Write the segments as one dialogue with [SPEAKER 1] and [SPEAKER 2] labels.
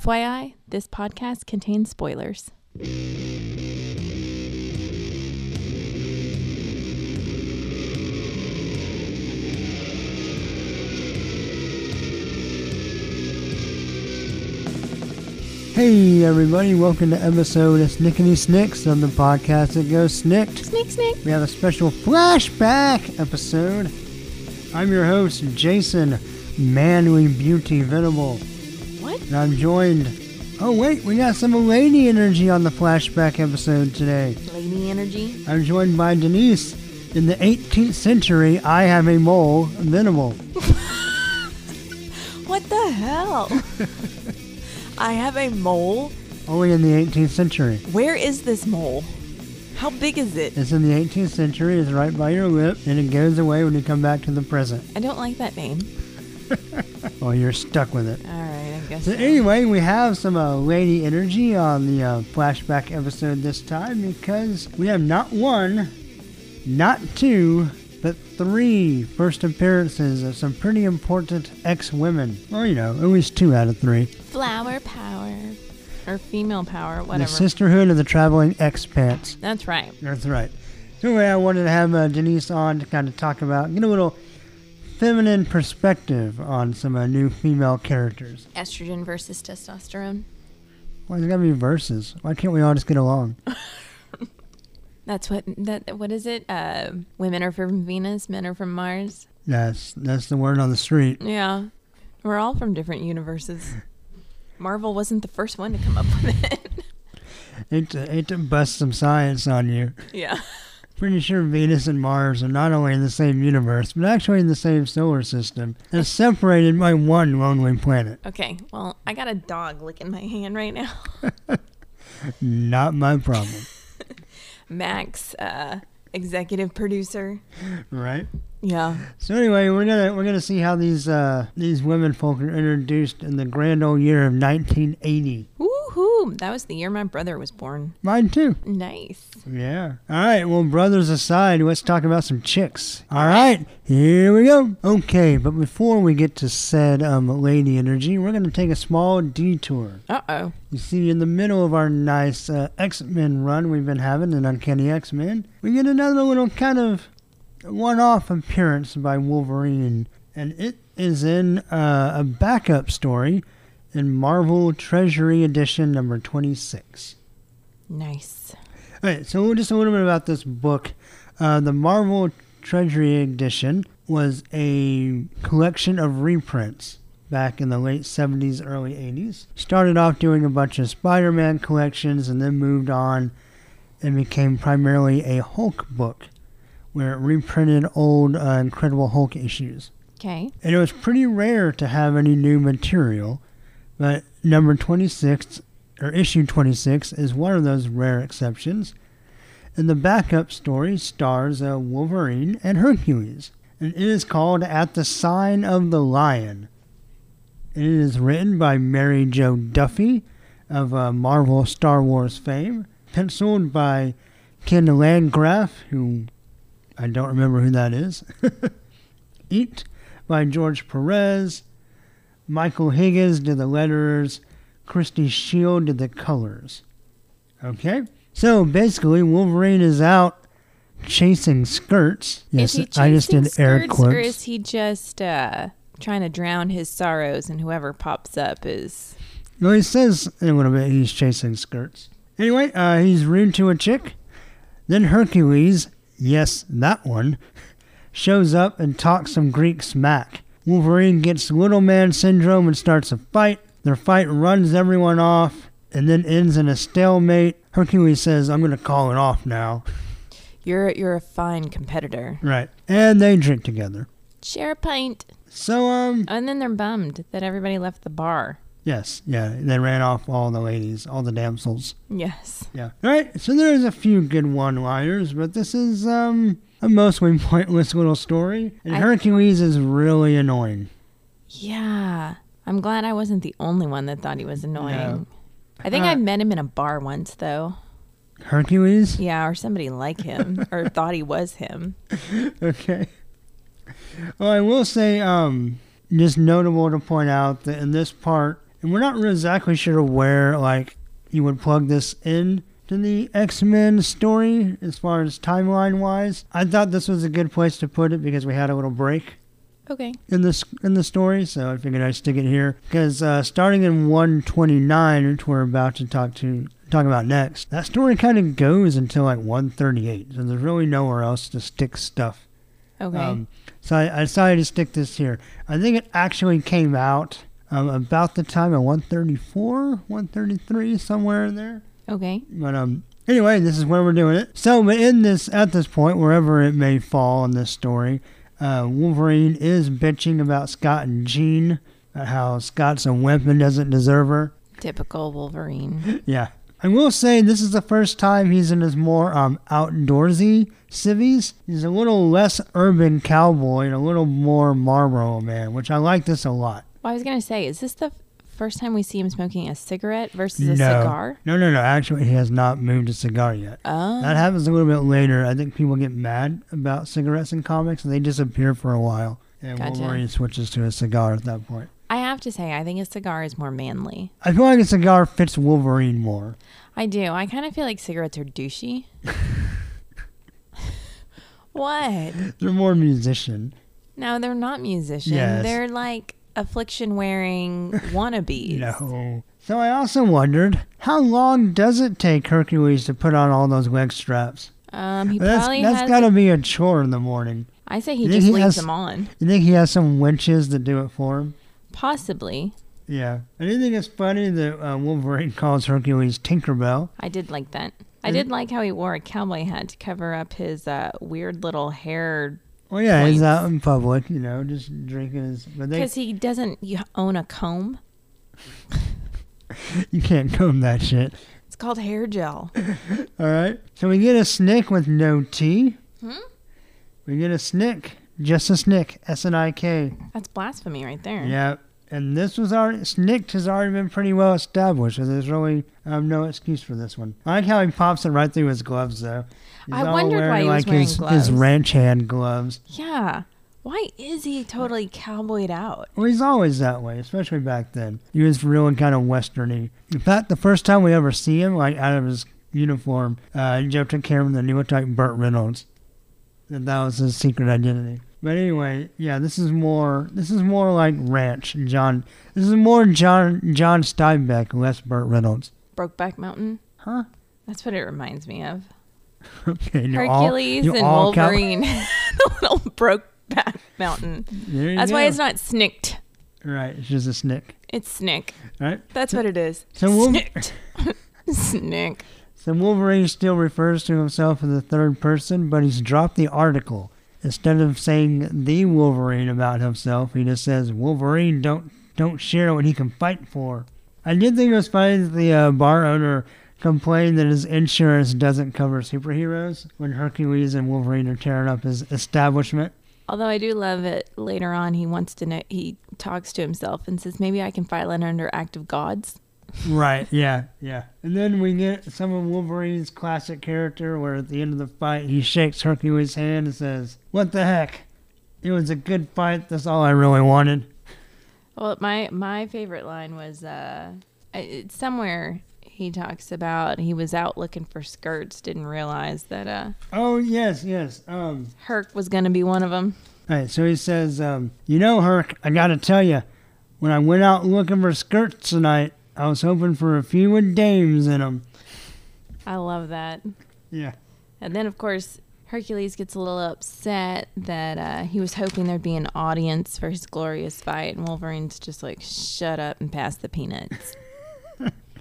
[SPEAKER 1] FYI, this podcast contains spoilers.
[SPEAKER 2] Hey everybody, welcome to episode of Snickety Snicks of the podcast that goes snicked.
[SPEAKER 1] Sneak, sneak.
[SPEAKER 2] We have a special flashback episode. I'm your host, Jason Manly Beauty Venable,
[SPEAKER 1] What?
[SPEAKER 2] and I'm joined. Oh wait, we got some lady energy on the flashback episode today.
[SPEAKER 1] Lady energy.
[SPEAKER 2] I'm joined by Denise. In the 18th century, I have a mole, Venable.
[SPEAKER 1] What the hell? I have a mole.
[SPEAKER 2] Only in the 18th century.
[SPEAKER 1] Where is this mole? How big is it?
[SPEAKER 2] It's in the 18th century. It's right by your lip, and it goes away when you come back to the present.
[SPEAKER 1] I don't like that name.
[SPEAKER 2] Well, you're stuck with it.
[SPEAKER 1] All right, I guess.
[SPEAKER 2] So anyway, we have some uh, lady energy on the uh, flashback episode this time because we have not one, not two, but three first appearances of some pretty important ex-women. Well, you know, at least two out of three.
[SPEAKER 1] Flower power. Or female power,
[SPEAKER 2] The
[SPEAKER 1] whatever.
[SPEAKER 2] Sisterhood of the Traveling Expats.
[SPEAKER 1] That's right.
[SPEAKER 2] That's right. So anyway, I wanted to have uh, Denise on to kind of talk about, get a little feminine perspective on some uh, new female characters.
[SPEAKER 1] Estrogen versus testosterone.
[SPEAKER 2] Why there's gotta be verses? Why can't we all just get along?
[SPEAKER 1] That's what that what is it? Uh, women are from Venus, men are from Mars.
[SPEAKER 2] That's that's the word on the street.
[SPEAKER 1] Yeah. We're all from different universes. Marvel wasn't the first one to come up with it.
[SPEAKER 2] Hate to, hate to bust some science on you.
[SPEAKER 1] yeah.
[SPEAKER 2] Pretty sure Venus and Mars are not only in the same universe, but actually in the same solar system. They're separated by one lonely planet.
[SPEAKER 1] Okay. Well, I got a dog licking my hand right now.
[SPEAKER 2] Not my problem,
[SPEAKER 1] Max, uh, executive producer.
[SPEAKER 2] right?
[SPEAKER 1] Yeah.
[SPEAKER 2] So anyway, we're gonna we're gonna see how these uh, these women folk are introduced in the grand old year of 1980.
[SPEAKER 1] Woohoo. That was the year my brother was born.
[SPEAKER 2] Mine too.
[SPEAKER 1] Nice.
[SPEAKER 2] Yeah. All right. Well, brothers aside, let's talk about some chicks. All right. Here we go. Okay. But before we get to said um, lady energy, we're going to take a small detour.
[SPEAKER 1] Uh oh.
[SPEAKER 2] You see, in the middle of our nice uh, X Men run we've been having in Uncanny X Men, we get another little kind of one off appearance by Wolverine. And it is in uh, a backup story in Marvel Treasury Edition number 26.
[SPEAKER 1] Nice.
[SPEAKER 2] All right, so just a little bit about this book. Uh, the Marvel Treasury Edition was a collection of reprints back in the late 70s, early 80s. Started off doing a bunch of Spider Man collections and then moved on and became primarily a Hulk book where it reprinted old uh, Incredible Hulk issues.
[SPEAKER 1] Okay.
[SPEAKER 2] And it was pretty rare to have any new material, but number 26, or issue 26, is one of those rare exceptions. And the backup story stars uh, Wolverine and Hercules, and it is called At the Sign of the Lion. It is written by Mary Jo Duffy of uh, Marvel Star Wars fame, penciled by Ken Landgraf, who I don't remember who that is. Eat by George Perez. Michael Higgins did the letters. Christy Shield did the colors. Okay? So basically, Wolverine is out chasing skirts. Yes,
[SPEAKER 1] is he
[SPEAKER 2] I just
[SPEAKER 1] chasing
[SPEAKER 2] did air
[SPEAKER 1] skirts,
[SPEAKER 2] quotes.
[SPEAKER 1] Or is he just uh, trying to drown his sorrows and whoever pops up is.
[SPEAKER 2] Well, he says in a little bit he's chasing skirts. Anyway, uh, he's rude to a chick. Then Hercules, yes, that one, shows up and talks some Greek smack. Wolverine gets little man syndrome and starts a fight. Their fight runs everyone off and then ends in a stalemate. Hercules says, I'm going to call it off now.
[SPEAKER 1] You're, you're a fine competitor.
[SPEAKER 2] Right. And they drink together.
[SPEAKER 1] Share a pint.
[SPEAKER 2] So, um,
[SPEAKER 1] And then they're bummed that everybody left the bar.
[SPEAKER 2] yes, yeah, they ran off all the ladies, all the damsels.
[SPEAKER 1] Yes.
[SPEAKER 2] Yeah. All right. So there's a few good one-liners, but this is um a mostly pointless little story, and
[SPEAKER 1] I-
[SPEAKER 2] Hercules is really annoying.
[SPEAKER 1] Yeah. I'm glad I wasn't the only one that thought he was annoying.
[SPEAKER 2] No.
[SPEAKER 1] I think I
[SPEAKER 2] Uh,
[SPEAKER 1] met him in a bar once, though.
[SPEAKER 2] Hercules.
[SPEAKER 1] Yeah, or somebody like him, or thought he was him.
[SPEAKER 2] Okay. Well, I will say um just notable to point out that in this part And we're not really exactly sure where, like, you would plug this in to the X Men story as far as timeline wise. I thought this was a good place to put it because we had a little break
[SPEAKER 1] Okay.
[SPEAKER 2] in this in the story, so I figured I'd stick it here because uh, starting in 129, which we're about to talk to talk about next, that story kind of goes until like 138, so there's really nowhere else to stick stuff.
[SPEAKER 1] Okay.
[SPEAKER 2] Um, so I, I decided to stick this here. I think it actually came out um, about the time of 134, 133, somewhere in there.
[SPEAKER 1] okay.
[SPEAKER 2] But um, anyway, this is where we're doing it. So, but in this, at this point, wherever it may fall in this story, uh, Wolverine is bitching about Scott and Jean, about how Scott's a wimp and doesn't deserve her.
[SPEAKER 1] Typical Wolverine.
[SPEAKER 2] Yeah. I will say this is the first time he's in his more um, outdoorsy civvies. He's a little less urban cowboy and a little more Marlboro man, which I like this a lot.
[SPEAKER 1] Well, I was gonna say, is this the f- first time we see him smoking a cigarette versus a
[SPEAKER 2] no.
[SPEAKER 1] cigar?
[SPEAKER 2] No, no, no. Actually, he has not moved a cigar yet.
[SPEAKER 1] Oh.
[SPEAKER 2] That happens a little bit later. I think people get mad about cigarettes in comics and they disappear for a while. And
[SPEAKER 1] Gotcha.
[SPEAKER 2] Wolverine switches to a cigar at that point.
[SPEAKER 1] I have to say, I think a cigar is more manly.
[SPEAKER 2] I feel like a cigar fits Wolverine more.
[SPEAKER 1] I do. I kind of feel like cigarettes are douchey. what?
[SPEAKER 2] They're more musician.
[SPEAKER 1] No, they're not musicians.
[SPEAKER 2] Yes.
[SPEAKER 1] They're like affliction wearing wannabes.
[SPEAKER 2] No. So I also wondered how long does it take Hercules to put on all those leg straps?
[SPEAKER 1] Um, he
[SPEAKER 2] That's
[SPEAKER 1] probably
[SPEAKER 2] that's
[SPEAKER 1] has.
[SPEAKER 2] gotta be a chore in the morning.
[SPEAKER 1] I say he
[SPEAKER 2] Yeah,
[SPEAKER 1] just
[SPEAKER 2] he
[SPEAKER 1] leaves
[SPEAKER 2] has-
[SPEAKER 1] them on.
[SPEAKER 2] You think he has some winches that do it for him?
[SPEAKER 1] Possibly.
[SPEAKER 2] Yeah. I do think it's funny that uh, Wolverine calls Hercules Tinkerbell.
[SPEAKER 1] I did like that. I
[SPEAKER 2] Mhm.
[SPEAKER 1] did like how he wore a cowboy hat to cover up his uh, weird little hair
[SPEAKER 2] Well, yeah, he's
[SPEAKER 1] Points.
[SPEAKER 2] out in public, you know, just drinking his. But they,
[SPEAKER 1] because he doesn't y- own a comb.
[SPEAKER 2] you can't comb that shit.
[SPEAKER 1] It's called hair gel.
[SPEAKER 2] All right. So we get a snick with no T.
[SPEAKER 1] Hmm?
[SPEAKER 2] We get a snick, just a snick, S N I K.
[SPEAKER 1] That's blasphemy right there.
[SPEAKER 2] Yeah. And this was already snicked has already been pretty well established, so there's really um, no excuse for this one. I like how he pops it right through his gloves though. He's
[SPEAKER 1] I
[SPEAKER 2] all
[SPEAKER 1] wondered why he was wearing
[SPEAKER 2] his,
[SPEAKER 1] gloves.
[SPEAKER 2] his ranch hand gloves.
[SPEAKER 1] Yeah. Why is he totally cowboyed out?
[SPEAKER 2] Well, he's always that way, especially back then. He was real and kind of westerny. In fact, the first time we ever see him, like out of his uniform, uh, Joe took care of him that he looked like Burt Reynolds, and that was his secret identity. But anyway, yeah, this is more this is more like ranch John. This is more John John Steinbeck, less Burt Reynolds,
[SPEAKER 1] Brokeback Mountain?
[SPEAKER 2] huh?
[SPEAKER 1] That's what it reminds me of.
[SPEAKER 2] Okay, you all-
[SPEAKER 1] Hercules
[SPEAKER 2] you
[SPEAKER 1] and
[SPEAKER 2] all count-
[SPEAKER 1] Wolverine. the little Brokeback Mountain.
[SPEAKER 2] There you
[SPEAKER 1] That's why
[SPEAKER 2] go.
[SPEAKER 1] it's not snicked.
[SPEAKER 2] right. It's just a snick,
[SPEAKER 1] It's snick.
[SPEAKER 2] right?
[SPEAKER 1] That's what it is.
[SPEAKER 2] So we'll-
[SPEAKER 1] Snicked. Snick.
[SPEAKER 2] So Wolverine still refers to himself in the third person, but he's dropped the article. Instead of saying the Wolverine about himself, he just says Wolverine don't don't share what he can fight for. I did think it was funny that the uh, bar owner complained that his insurance doesn't cover superheroes when Hercules and Wolverine are tearing up his establishment.
[SPEAKER 1] Although I do love it later on, he wants to know, he talks to himself and says, maybe I can file it under act of gods.
[SPEAKER 2] Right. Yeah. Yeah. And then we get some of Wolverine's classic character, where at the end of the fight he shakes Hercules' hand and says, "What the heck? It was a good fight. That's all I really wanted."
[SPEAKER 1] Well, my, my favorite line was uh, I- it's somewhere he talks about he was out looking for skirts, didn't realize that uh,
[SPEAKER 2] Oh yes, yes. Um.
[SPEAKER 1] Herc was going to be one of them.
[SPEAKER 2] All right. So he says, um, "You know, Herc, I gotta tell you, when I went out looking for skirts tonight, I was hoping for a few with dames in 'em."
[SPEAKER 1] I love that.
[SPEAKER 2] Yeah.
[SPEAKER 1] And then, of course, Hercules gets a little upset that uh, he was hoping there'd be an audience for his glorious fight, and Wolverine's just like, shut up and pass the peanuts.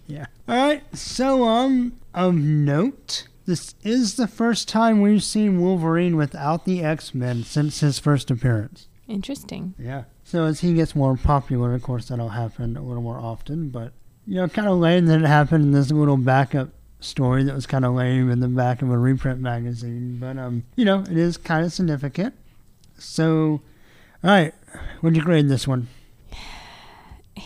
[SPEAKER 2] Yeah. All right. So, um, of note, this is the first time we've seen Wolverine without the X Men since his first appearance.
[SPEAKER 1] Interesting.
[SPEAKER 2] Yeah. So as he gets more popular, of course, that'll happen a little more often. But you know, kind of lame that it happened in this little backup story that was kind of lame in the back of a reprint magazine. But um, you know, it is kind of significant. So, all right, what'd you grade this one?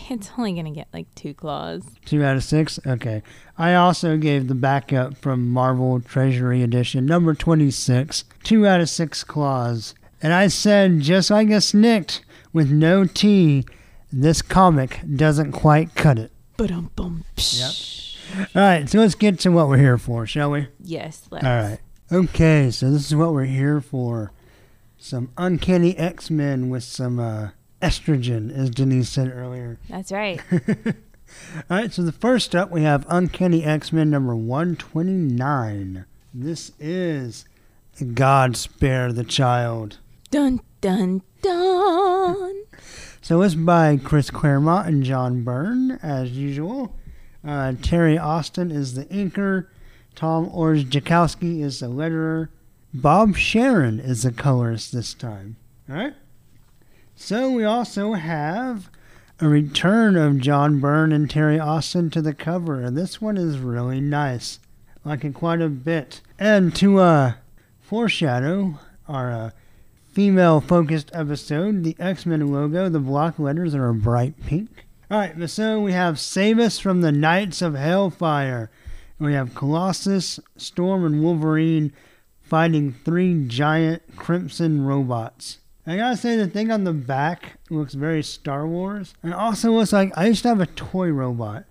[SPEAKER 1] It's only going to get like two claws.
[SPEAKER 2] Two out of six. Okay. I also gave the backup from Marvel Treasury Edition number twenty-six. Two out of six claws, and I said just like a snicked with no T. This comic doesn't quite cut it.
[SPEAKER 1] Ba-dum, bum,
[SPEAKER 2] Yep. All right, so let's get to what we're here for, shall we?
[SPEAKER 1] Yes. Let's.
[SPEAKER 2] All right. Okay, so this is what we're here for. Some uncanny X Men with some uh, estrogen, as Denise said earlier.
[SPEAKER 1] That's right.
[SPEAKER 2] All right, so the first up, we have Uncanny X Men number 129. This is God Spare the Child.
[SPEAKER 1] dun dun dun.
[SPEAKER 2] So it's by Chris Claremont and John Byrne, as usual. Uh, Terry Austin is the inker. Tom Orzjakowski is the letterer. Bob Sharon is the colorist this time. All right. So we also have a return of John Byrne and Terry Austin to the cover, and this one is really nice. Like it quite a bit. And to uh, foreshadow our uh, female focused episode, the X Men logo, the block letters are a bright pink. All right, but so we have Save Us from the Knights of Hellfire. And we have Colossus, Storm, and Wolverine fighting three giant crimson robots. I gotta say, the thing on the back looks very Star Wars. And it also looks like I used to have a toy robot.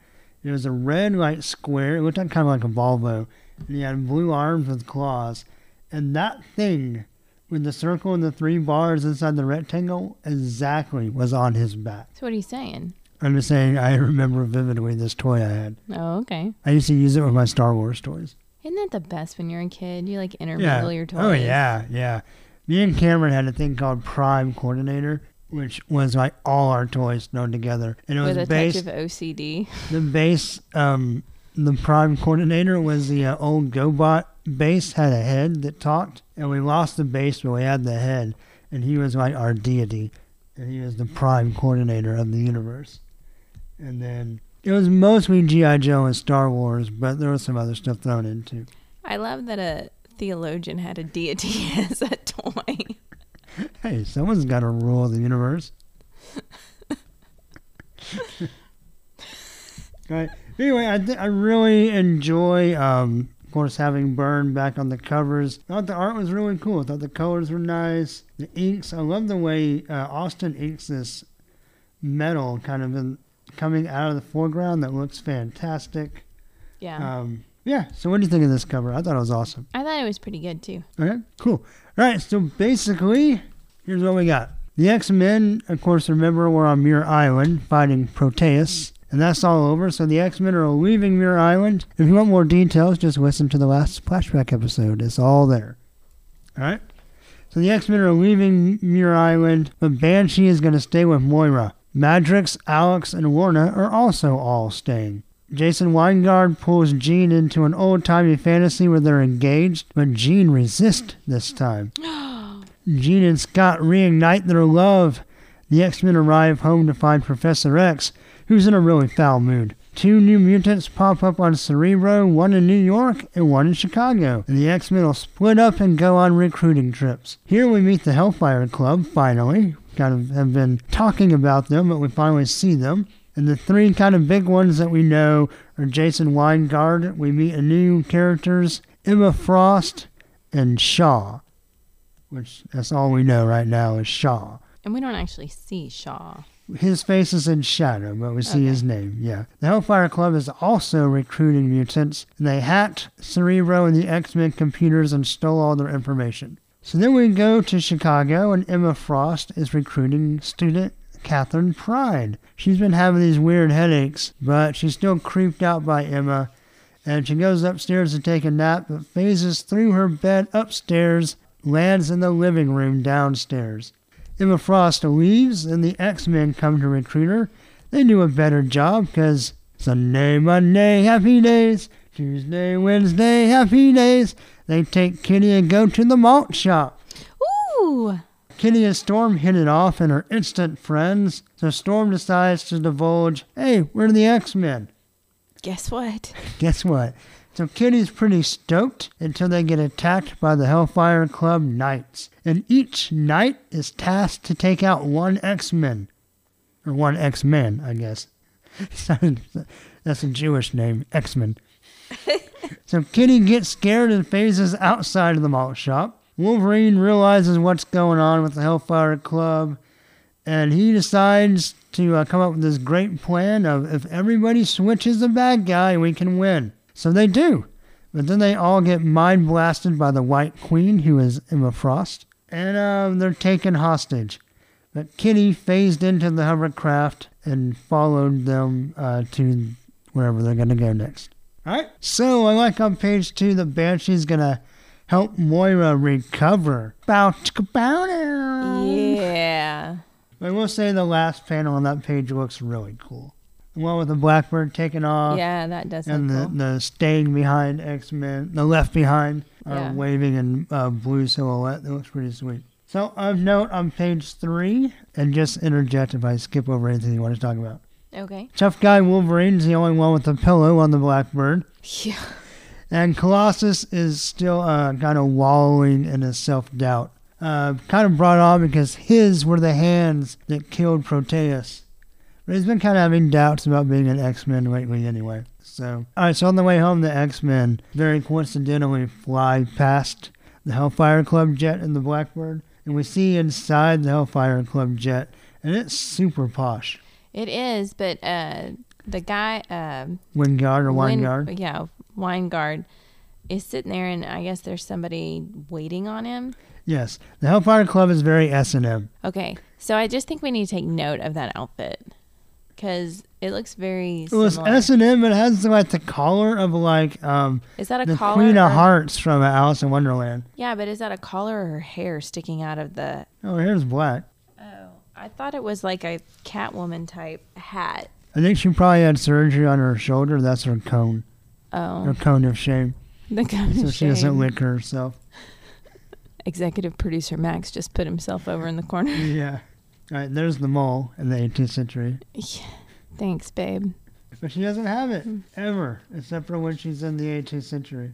[SPEAKER 2] It was a red, like, square. It looked like, kind of like a Volvo. And he had blue arms with claws. And that thing with the circle and the three bars inside the rectangle exactly was on his back.
[SPEAKER 1] So what are you saying?
[SPEAKER 2] I'm just saying I remember vividly this toy I had.
[SPEAKER 1] Oh, okay.
[SPEAKER 2] I used to use it with my Star Wars toys.
[SPEAKER 1] Isn't that the best when you're a kid? You like intermingle your toys.
[SPEAKER 2] Oh yeah, yeah. Me and Cameron had a thing called Prime Coordinator, which was like all our toys thrown together, and it
[SPEAKER 1] With a
[SPEAKER 2] was based.
[SPEAKER 1] touch of OCD.
[SPEAKER 2] the base, um, the Prime Coordinator was the uh, old GoBot base had a head that talked, and we lost the base, but we had the head, and he was like our deity, and he was the Prime Coordinator of the universe, and then. It was mostly G.I. Joe and Star Wars, but there was some other stuff thrown in too.
[SPEAKER 1] I love that a theologian had a deity as a toy.
[SPEAKER 2] Hey, someone's got to rule the universe. right. Anyway, I, th- I really enjoy, um, of course, having Burn back on the covers. I thought the art was really cool. I thought the colors were nice. The inks, I love the way uh, Austin inks this metal kind of in, coming out of the foreground that looks fantastic.
[SPEAKER 1] Yeah.
[SPEAKER 2] Um, yeah, so what do you think of this cover? I thought it was awesome.
[SPEAKER 1] I thought it was pretty good too.
[SPEAKER 2] Okay, cool. All right, so basically, here's what we got. The X Men, of course, remember, were on Muir Island fighting Proteus, and that's all over. So the X Men are leaving Muir Island. If you want more details, just listen to the last flashback episode. It's all there. All right? So the X Men are leaving Muir Island, but Banshee is going to stay with Moira. Madrix, Alex, and Lorna are also all staying. Jason Weingard pulls Jean into an old timey fantasy where they're engaged, but Jean resists this time. Jean and Scott reignite their love. The X Men arrive home to find Professor X, who's in a really foul mood. Two new mutants pop up on Cerebro, one in New York and one in Chicago, and the X Men will split up and go on recruiting trips. Here we meet the Hellfire Club, finally. Kind of have been talking about them, but we finally see them. And the three kind of big ones that we know are Jason Weingard, we meet a new characters, Emma Frost, and Shaw. Which that's all we know right now is Shaw.
[SPEAKER 1] And we don't actually see Shaw.
[SPEAKER 2] His face is in shadow, but we see
[SPEAKER 1] Okay.
[SPEAKER 2] his name, yeah. The Hellfire Club is also recruiting mutants, and they hacked Cerebro and the X Men computers and stole all their information. So then we go to Chicago, and Emma Frost is recruiting student Catherine Pride. She's been having these weird headaches, but she's still creeped out by Emma, and she goes upstairs to take a nap, but phases through her bed upstairs, lands in the living room downstairs. Emma Frost leaves, and the X Men come to recruit her. They do a better job because Sunday, Monday, happy days. Tuesday, Wednesday, happy days. They take Kitty and go to the malt shop.
[SPEAKER 1] Ooh.
[SPEAKER 2] Kitty and Storm hit it off and are instant friends, so Storm decides to divulge, hey, we're the X Men.
[SPEAKER 1] Guess what?
[SPEAKER 2] Guess what? So Kitty's pretty stoked until they get attacked by the Hellfire Club Knights. And each knight is tasked to take out one X-Men. Or one X-Men, I guess. That's a Jewish name, X-Men. so Kitty gets scared and phases outside of the malt shop. Wolverine realizes what's going on with the Hellfire Club, and he decides to uh, come up with this great plan of if everybody switches the bad guy, we can win. So they do. But then they all get mind blasted by the White Queen, who is Emma Frost, and uh, they're taken hostage. But Kitty phased into the hovercraft and followed them uh, to wherever they're going to go next. All right. So I like on page two, the Banshee's going to help Moira recover. Bow, chicka, bow, now.
[SPEAKER 1] Yeah.
[SPEAKER 2] I will say the last panel on that page looks really cool. The one with the blackbird taken off
[SPEAKER 1] Yeah, that does
[SPEAKER 2] uh,
[SPEAKER 1] sound
[SPEAKER 2] and the,
[SPEAKER 1] cool.
[SPEAKER 2] the staying behind X Men, the left behind, are
[SPEAKER 1] Yeah.
[SPEAKER 2] waving in uh, blue silhouette. That looks pretty sweet. So, of note on page three, and just interject if I skip over anything you want to talk about.
[SPEAKER 1] Okay.
[SPEAKER 2] Tough guy Wolverine's the only one with the pillow on the blackbird,
[SPEAKER 1] Yeah.
[SPEAKER 2] and Colossus is still uh, kind of wallowing in his self doubt. Uh, kind of brought on because his were the hands that killed Proteus. But he's been kind of having doubts about being an X Men lately, anyway. So, all right. So on the way home, the X Men very coincidentally fly past the Hellfire Club jet and the Blackbird, and we see inside the Hellfire Club jet, and it's super posh.
[SPEAKER 1] It is, but uh, the guy, um,
[SPEAKER 2] Wingard or
[SPEAKER 1] Win-
[SPEAKER 2] Weingard.
[SPEAKER 1] yeah, Weingard is sitting there, and I guess there's somebody waiting on him.
[SPEAKER 2] Yes, the Hellfire Club is very S and M.
[SPEAKER 1] Okay, so I just think we need to take note of that outfit because it looks very
[SPEAKER 2] It was
[SPEAKER 1] similar.
[SPEAKER 2] S and M, but it has like the collar of like um
[SPEAKER 1] is that a
[SPEAKER 2] the
[SPEAKER 1] collar?
[SPEAKER 2] Queen of
[SPEAKER 1] or-
[SPEAKER 2] Hearts from Alice in Wonderland.
[SPEAKER 1] Yeah, but is that a collar or hair sticking out of the?
[SPEAKER 2] Oh, here's black.
[SPEAKER 1] Oh, I thought it was like a Catwoman type hat.
[SPEAKER 2] I think she probably had surgery on her shoulder. That's her cone, her
[SPEAKER 1] Oh,
[SPEAKER 2] cone of shame.
[SPEAKER 1] the kind
[SPEAKER 2] so
[SPEAKER 1] of
[SPEAKER 2] she doesn't
[SPEAKER 1] shame.
[SPEAKER 2] lick herself.
[SPEAKER 1] Executive producer Max just put himself over in the corner.
[SPEAKER 2] Yeah. All right, there's the mole in the 18th century.
[SPEAKER 1] Yeah. Thanks, babe.
[SPEAKER 2] But she doesn't have
[SPEAKER 1] Hmm.
[SPEAKER 2] it ever, except for when she's in the 18th century.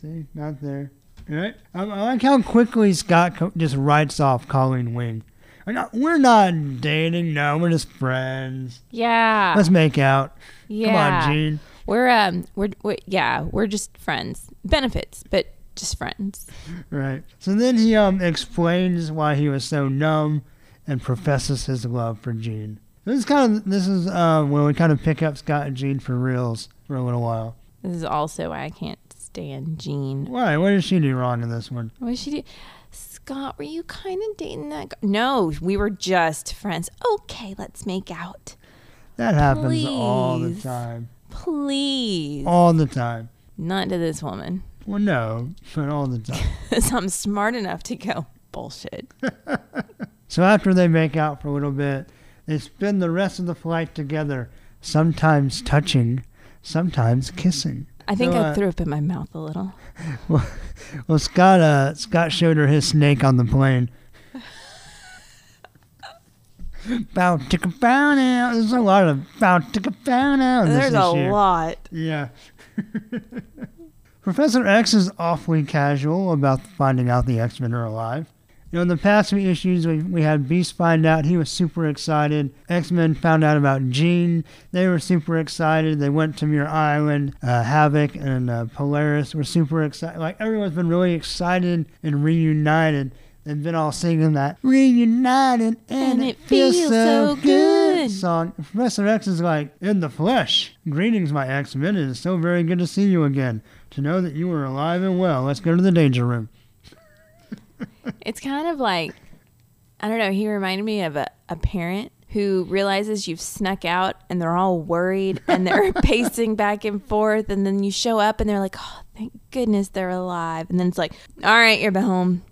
[SPEAKER 2] See, not there. All right. Um, I like how quickly Scott co- just writes off Colleen Wing. We're not, we're not dating. No, we're just friends.
[SPEAKER 1] Yeah.
[SPEAKER 2] Let's make out.
[SPEAKER 1] yeah.
[SPEAKER 2] Come on, Gene.
[SPEAKER 1] We're um we're, we yeah, we're just friends. Benefits, but just friends.
[SPEAKER 2] Right. So then he um explains why he was so numb, and professes his love for Gene. This is kind of this is uh, where we kind of pick up Scott and Gene for reals for a little while.
[SPEAKER 1] This is also why I can't stand Jean.
[SPEAKER 2] Why? What did she do wrong in this one?
[SPEAKER 1] What did she do? Scott, were you kind of dating that guy? No, we were just friends. Okay, let's make out.
[SPEAKER 2] That happens all the
[SPEAKER 1] Please.
[SPEAKER 2] time.
[SPEAKER 1] Please.
[SPEAKER 2] All the time.
[SPEAKER 1] Not to this woman.
[SPEAKER 2] Well, no, but all the time.
[SPEAKER 1] 'Cause I'm smart enough to go, bullshit.
[SPEAKER 2] so after they make out for a little bit, they spend the rest of the flight together, sometimes touching, sometimes kissing.
[SPEAKER 1] I think
[SPEAKER 2] So,
[SPEAKER 1] I
[SPEAKER 2] uh,
[SPEAKER 1] threw up in my mouth a little.
[SPEAKER 2] Well, Scott, uh, Scott showed her his snake on the plane. bow chicka bow now. There's a lot of bow chicka bow now. in this
[SPEAKER 1] There's a
[SPEAKER 2] issue.
[SPEAKER 1] lot.
[SPEAKER 2] Yeah. Professor X is awfully casual about finding out the X Men are alive. You know, in the past few issues, we, we had Beast find out. He was super excited. X Men found out about Jean. They were super excited. They went to Muir Island. Uh, Havoc and uh, Polaris were super excited. Like, everyone's been really excited and reunited. They've been all singing that reunited and, it, feels, so good
[SPEAKER 1] good.
[SPEAKER 2] song. Professor X is like, in the flesh. Greetings, my X Men. It is so very good to see you again. To know that you are alive and well, let's go to the danger room.
[SPEAKER 1] It's kind of like I don't know, he reminded me of a, a parent who realizes you've snuck out and they're all worried and they're pacing back and forth and then you show up and they're like, Oh, thank goodness they're alive and then it's like, All right, you're back home.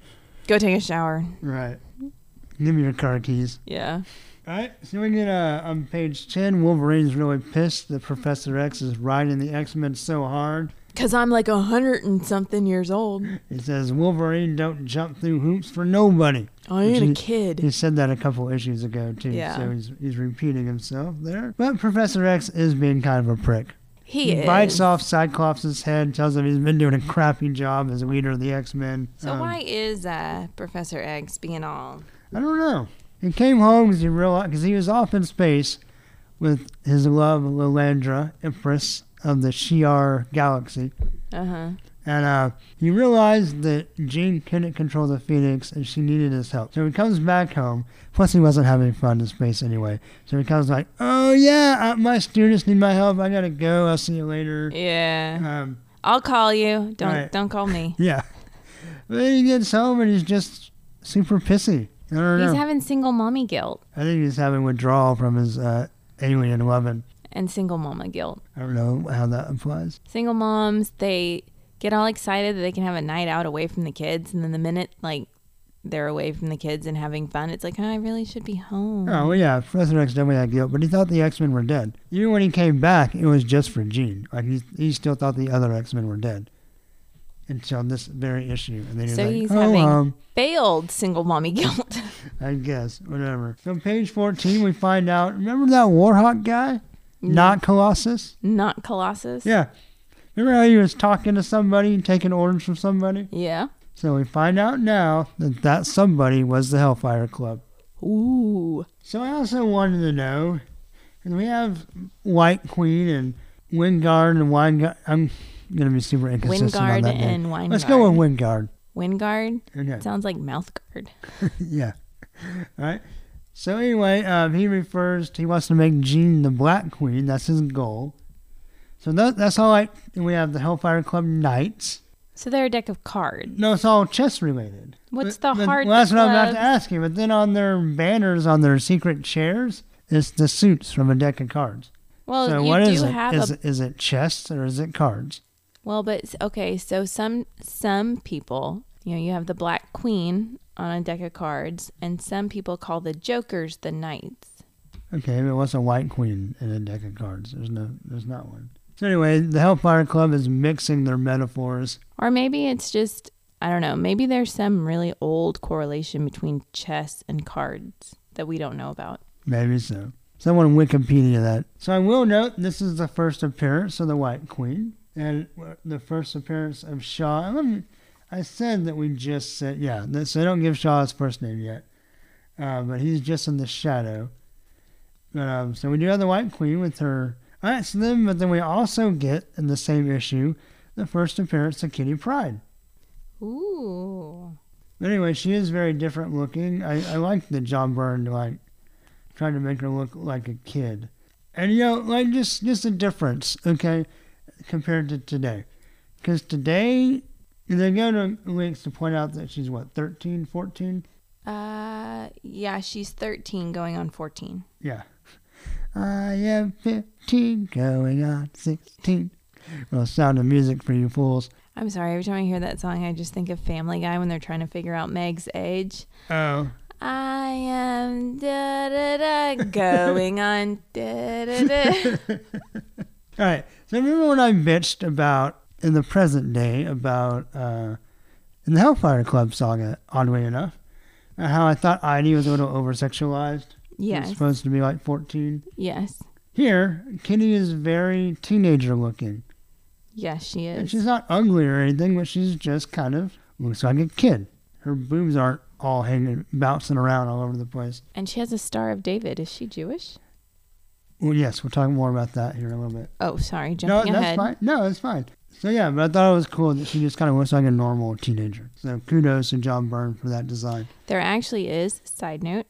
[SPEAKER 1] Go take a shower.
[SPEAKER 2] Right. Give me your car keys.
[SPEAKER 1] Yeah.
[SPEAKER 2] All right. So we get uh, on page 10. Wolverine's really pissed that Professor X is riding the X Men so hard.
[SPEAKER 1] Cause I'm like a hundred and something years old.
[SPEAKER 2] He says, Wolverine, don't jump through hoops for nobody.
[SPEAKER 1] I ain't a
[SPEAKER 2] Which He
[SPEAKER 1] kid.
[SPEAKER 2] said that a couple issues ago, too.
[SPEAKER 1] Yeah.
[SPEAKER 2] So he's, he's repeating himself there. But Professor X is being kind of a prick.
[SPEAKER 1] He is.
[SPEAKER 2] bites off Cyclops' head, tells him he's been doing a crappy job as leader of the X Men.
[SPEAKER 1] So why is uh, Professor X being all
[SPEAKER 2] I don't know. He came home because he realized because he was off in space with his love Lilandra, Empress of the Shi'ar galaxy,
[SPEAKER 1] Uh huh.
[SPEAKER 2] And uh, he realized that Jean couldn't control the Phoenix and she needed his help. So he comes back home. Plus, he wasn't having fun in space anyway. So he comes like, oh, yeah, uh, my students need my help. I got to go. I'll see you later.
[SPEAKER 1] Yeah.
[SPEAKER 2] Um,
[SPEAKER 1] I'll call you. Don't
[SPEAKER 2] Right.
[SPEAKER 1] don't call me.
[SPEAKER 2] yeah. But he gets home and he's just super pissy. I don't know.
[SPEAKER 1] He's having single mommy guilt
[SPEAKER 2] I think he's having withdrawal from his uh, alien weapon.
[SPEAKER 1] and single mama guilt.
[SPEAKER 2] I don't know how that applies.
[SPEAKER 1] Single moms, they get all excited that they can have a night out away from the kids, and then the minute like they're away from the kids and having fun, it's like, oh, I really should be home.
[SPEAKER 2] Oh, well, yeah, Professor X definitely had guilt, but he thought the X Men were dead. Even when he came back, it was just for Jean. Like he, he still thought the other X Men were dead until this very issue, and then he was
[SPEAKER 1] So
[SPEAKER 2] like,
[SPEAKER 1] he's
[SPEAKER 2] "Oh,
[SPEAKER 1] having-
[SPEAKER 2] um,
[SPEAKER 1] Failed single mommy guilt.
[SPEAKER 2] I guess whatever." So page fourteen, we find out. Remember that Warhawk guy,
[SPEAKER 1] Mm-hmm.
[SPEAKER 2] not Colossus?
[SPEAKER 1] Not Colossus.
[SPEAKER 2] Yeah. Remember how he was talking to somebody and taking orders from somebody?
[SPEAKER 1] Yeah.
[SPEAKER 2] So we find out now that that somebody was the Hellfire Club.
[SPEAKER 1] Ooh.
[SPEAKER 2] So I also wanted to know, and we have White Queen and Wingard and Weingard. I'm gonna be super inconsistent on
[SPEAKER 1] Wingard
[SPEAKER 2] that name.
[SPEAKER 1] and Weingard.
[SPEAKER 2] Let's go with Wingard.
[SPEAKER 1] Wingard.
[SPEAKER 2] Okay.
[SPEAKER 1] Sounds like mouth guard.
[SPEAKER 2] yeah. All right. So anyway, um, he refers. To, he wants to make Jean the Black Queen. That's his goal. So that, that's all. I and we have the Hellfire Club Knights.
[SPEAKER 1] So they're a deck of cards.
[SPEAKER 2] No, it's all chess related.
[SPEAKER 1] What's
[SPEAKER 2] But-
[SPEAKER 1] the
[SPEAKER 2] but-
[SPEAKER 1] hard?
[SPEAKER 2] Well, that's what I'm about to
[SPEAKER 1] club?
[SPEAKER 2] ask you. But then on their banners, on their secret chairs, it's the suits from a deck of cards.
[SPEAKER 1] Well,
[SPEAKER 2] so
[SPEAKER 1] you
[SPEAKER 2] what
[SPEAKER 1] do
[SPEAKER 2] is it?
[SPEAKER 1] have
[SPEAKER 2] Is
[SPEAKER 1] a
[SPEAKER 2] it is it chess or is it cards?
[SPEAKER 1] well, but s- okay. So some some people, you know, you have the Black Queen on a deck of cards, and some people call the Jokers the Knights.
[SPEAKER 2] Okay, but what's a white queen in a deck of cards? There's no there's not one. So anyway, the Hellfire Club is mixing their metaphors.
[SPEAKER 1] Or maybe it's just I don't know. Maybe there's some really old correlation between chess and cards that we don't know about.
[SPEAKER 2] Maybe so. Someone Wikipedia that. So I will note this is the first appearance of the White Queen and the first appearance of Shaw. I, love- I said that we just said, yeah, that- so they don't give Shaw his first name yet, uh, but he's just in the shadow. But, um, so we do have the White Queen with her. All right, so then, but then we also get in the same issue the first appearance of Kitty Pride.
[SPEAKER 1] Ooh.
[SPEAKER 2] But anyway, she is very different looking. I, I like that John Byrne like trying to make her look like a kid, and you know, like just just a difference, okay, compared to today, because today they go to links to point out that she's what 13, 14?
[SPEAKER 1] Uh, yeah, she's 13 going on 14.
[SPEAKER 2] Yeah, I am fifteen, going on sixteen. Well, sound of music for you fools.
[SPEAKER 1] I'm sorry, every time I hear that song, I just think of Family Guy when they're trying to figure out Meg's age.
[SPEAKER 2] Oh,
[SPEAKER 1] I am da da da going on da da da.
[SPEAKER 2] All right. So remember when I bitched about in the present day about uh, in the Hellfire Club saga, oddly enough, uh, how I thought Heidi was a little over sexualized.
[SPEAKER 1] Yes,
[SPEAKER 2] supposed to be like 14.
[SPEAKER 1] yes,
[SPEAKER 2] Here, Kitty is very teenager looking.
[SPEAKER 1] yes, she
[SPEAKER 2] And
[SPEAKER 1] is.
[SPEAKER 2] she's not ugly or anything, but she's just kind of looks like a kid. Her boobs aren't all hanging, bouncing around all over the place.
[SPEAKER 1] And she has a Star of David. Is she Jewish?
[SPEAKER 2] Well, yes, we'll talk more about that here in a little bit.
[SPEAKER 1] Oh, sorry,
[SPEAKER 2] No,
[SPEAKER 1] jumping
[SPEAKER 2] that's
[SPEAKER 1] ahead.
[SPEAKER 2] fine. No, that's fine. So yeah, but I thought it was cool that she just kind of looks like a normal teenager. So kudos to John Byrne for that design.
[SPEAKER 1] There actually is, side note,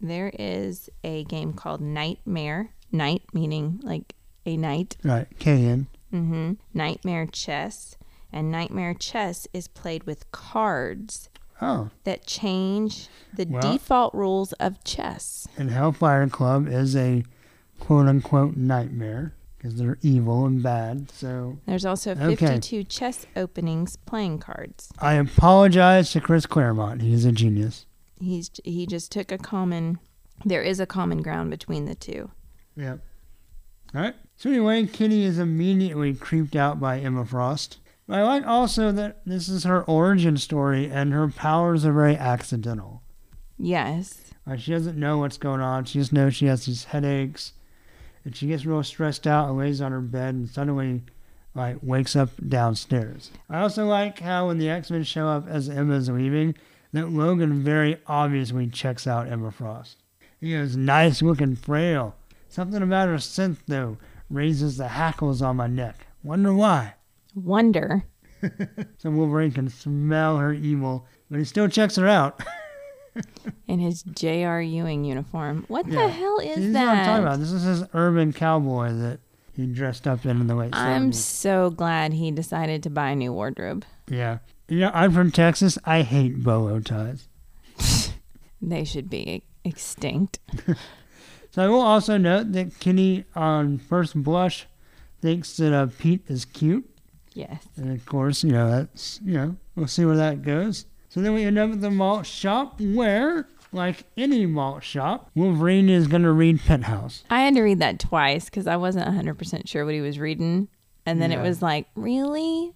[SPEAKER 1] there is a game called Nightmare. Night meaning like a night.
[SPEAKER 2] Right, KN.
[SPEAKER 1] Mm-hmm. Nightmare chess. And nightmare chess is played with cards
[SPEAKER 2] Oh,
[SPEAKER 1] that change the
[SPEAKER 2] Well-
[SPEAKER 1] default rules of chess.
[SPEAKER 2] and Hellfire Club is a quote unquote nightmare because they're evil and bad. So
[SPEAKER 1] There's also
[SPEAKER 2] Okay.
[SPEAKER 1] 52 chess openings playing cards.
[SPEAKER 2] I apologize to Chris Claremont. He is a genius.
[SPEAKER 1] He's he just took a common there is a common ground between the two.
[SPEAKER 2] Yep. All right. So anyway, Kitty is immediately creeped out by Emma Frost. But I like also that this is her origin story and her powers are very accidental.
[SPEAKER 1] Yes.
[SPEAKER 2] Like she doesn't know what's going on. She just knows she has these headaches, and she gets real stressed out and lays on her bed and suddenly, like, wakes up downstairs. I also like how when the X Men show up as Emma's leaving, that Logan very obviously checks out Emma Frost. He goes, "Nice looking frail. Something about her scent though raises the hackles on my neck. Wonder why."
[SPEAKER 1] wonder.
[SPEAKER 2] So Wolverine can smell her evil, but he still checks her out.
[SPEAKER 1] in his J.R. Ewing uniform. What
[SPEAKER 2] Yeah.
[SPEAKER 1] the hell is
[SPEAKER 2] this is
[SPEAKER 1] that?
[SPEAKER 2] what I'm talking about. This is his urban cowboy that he dressed up in in the late
[SPEAKER 1] I'm
[SPEAKER 2] 70s.
[SPEAKER 1] so glad he decided to buy a new wardrobe.
[SPEAKER 2] Yeah. You know, I'm from Texas. I hate bolo ties.
[SPEAKER 1] They should be extinct.
[SPEAKER 2] So I will also note that Kenny, on first blush, thinks that uh, Pete is cute.
[SPEAKER 1] Yes.
[SPEAKER 2] And of course, you know, that's, you know, we'll see where that goes. So then we end up at the malt shop where, like any malt shop, Wolverine is going to read Penthouse.
[SPEAKER 1] I had to read that twice because I wasn't 100% sure what he was reading. And then
[SPEAKER 2] Yeah.
[SPEAKER 1] it was like, really?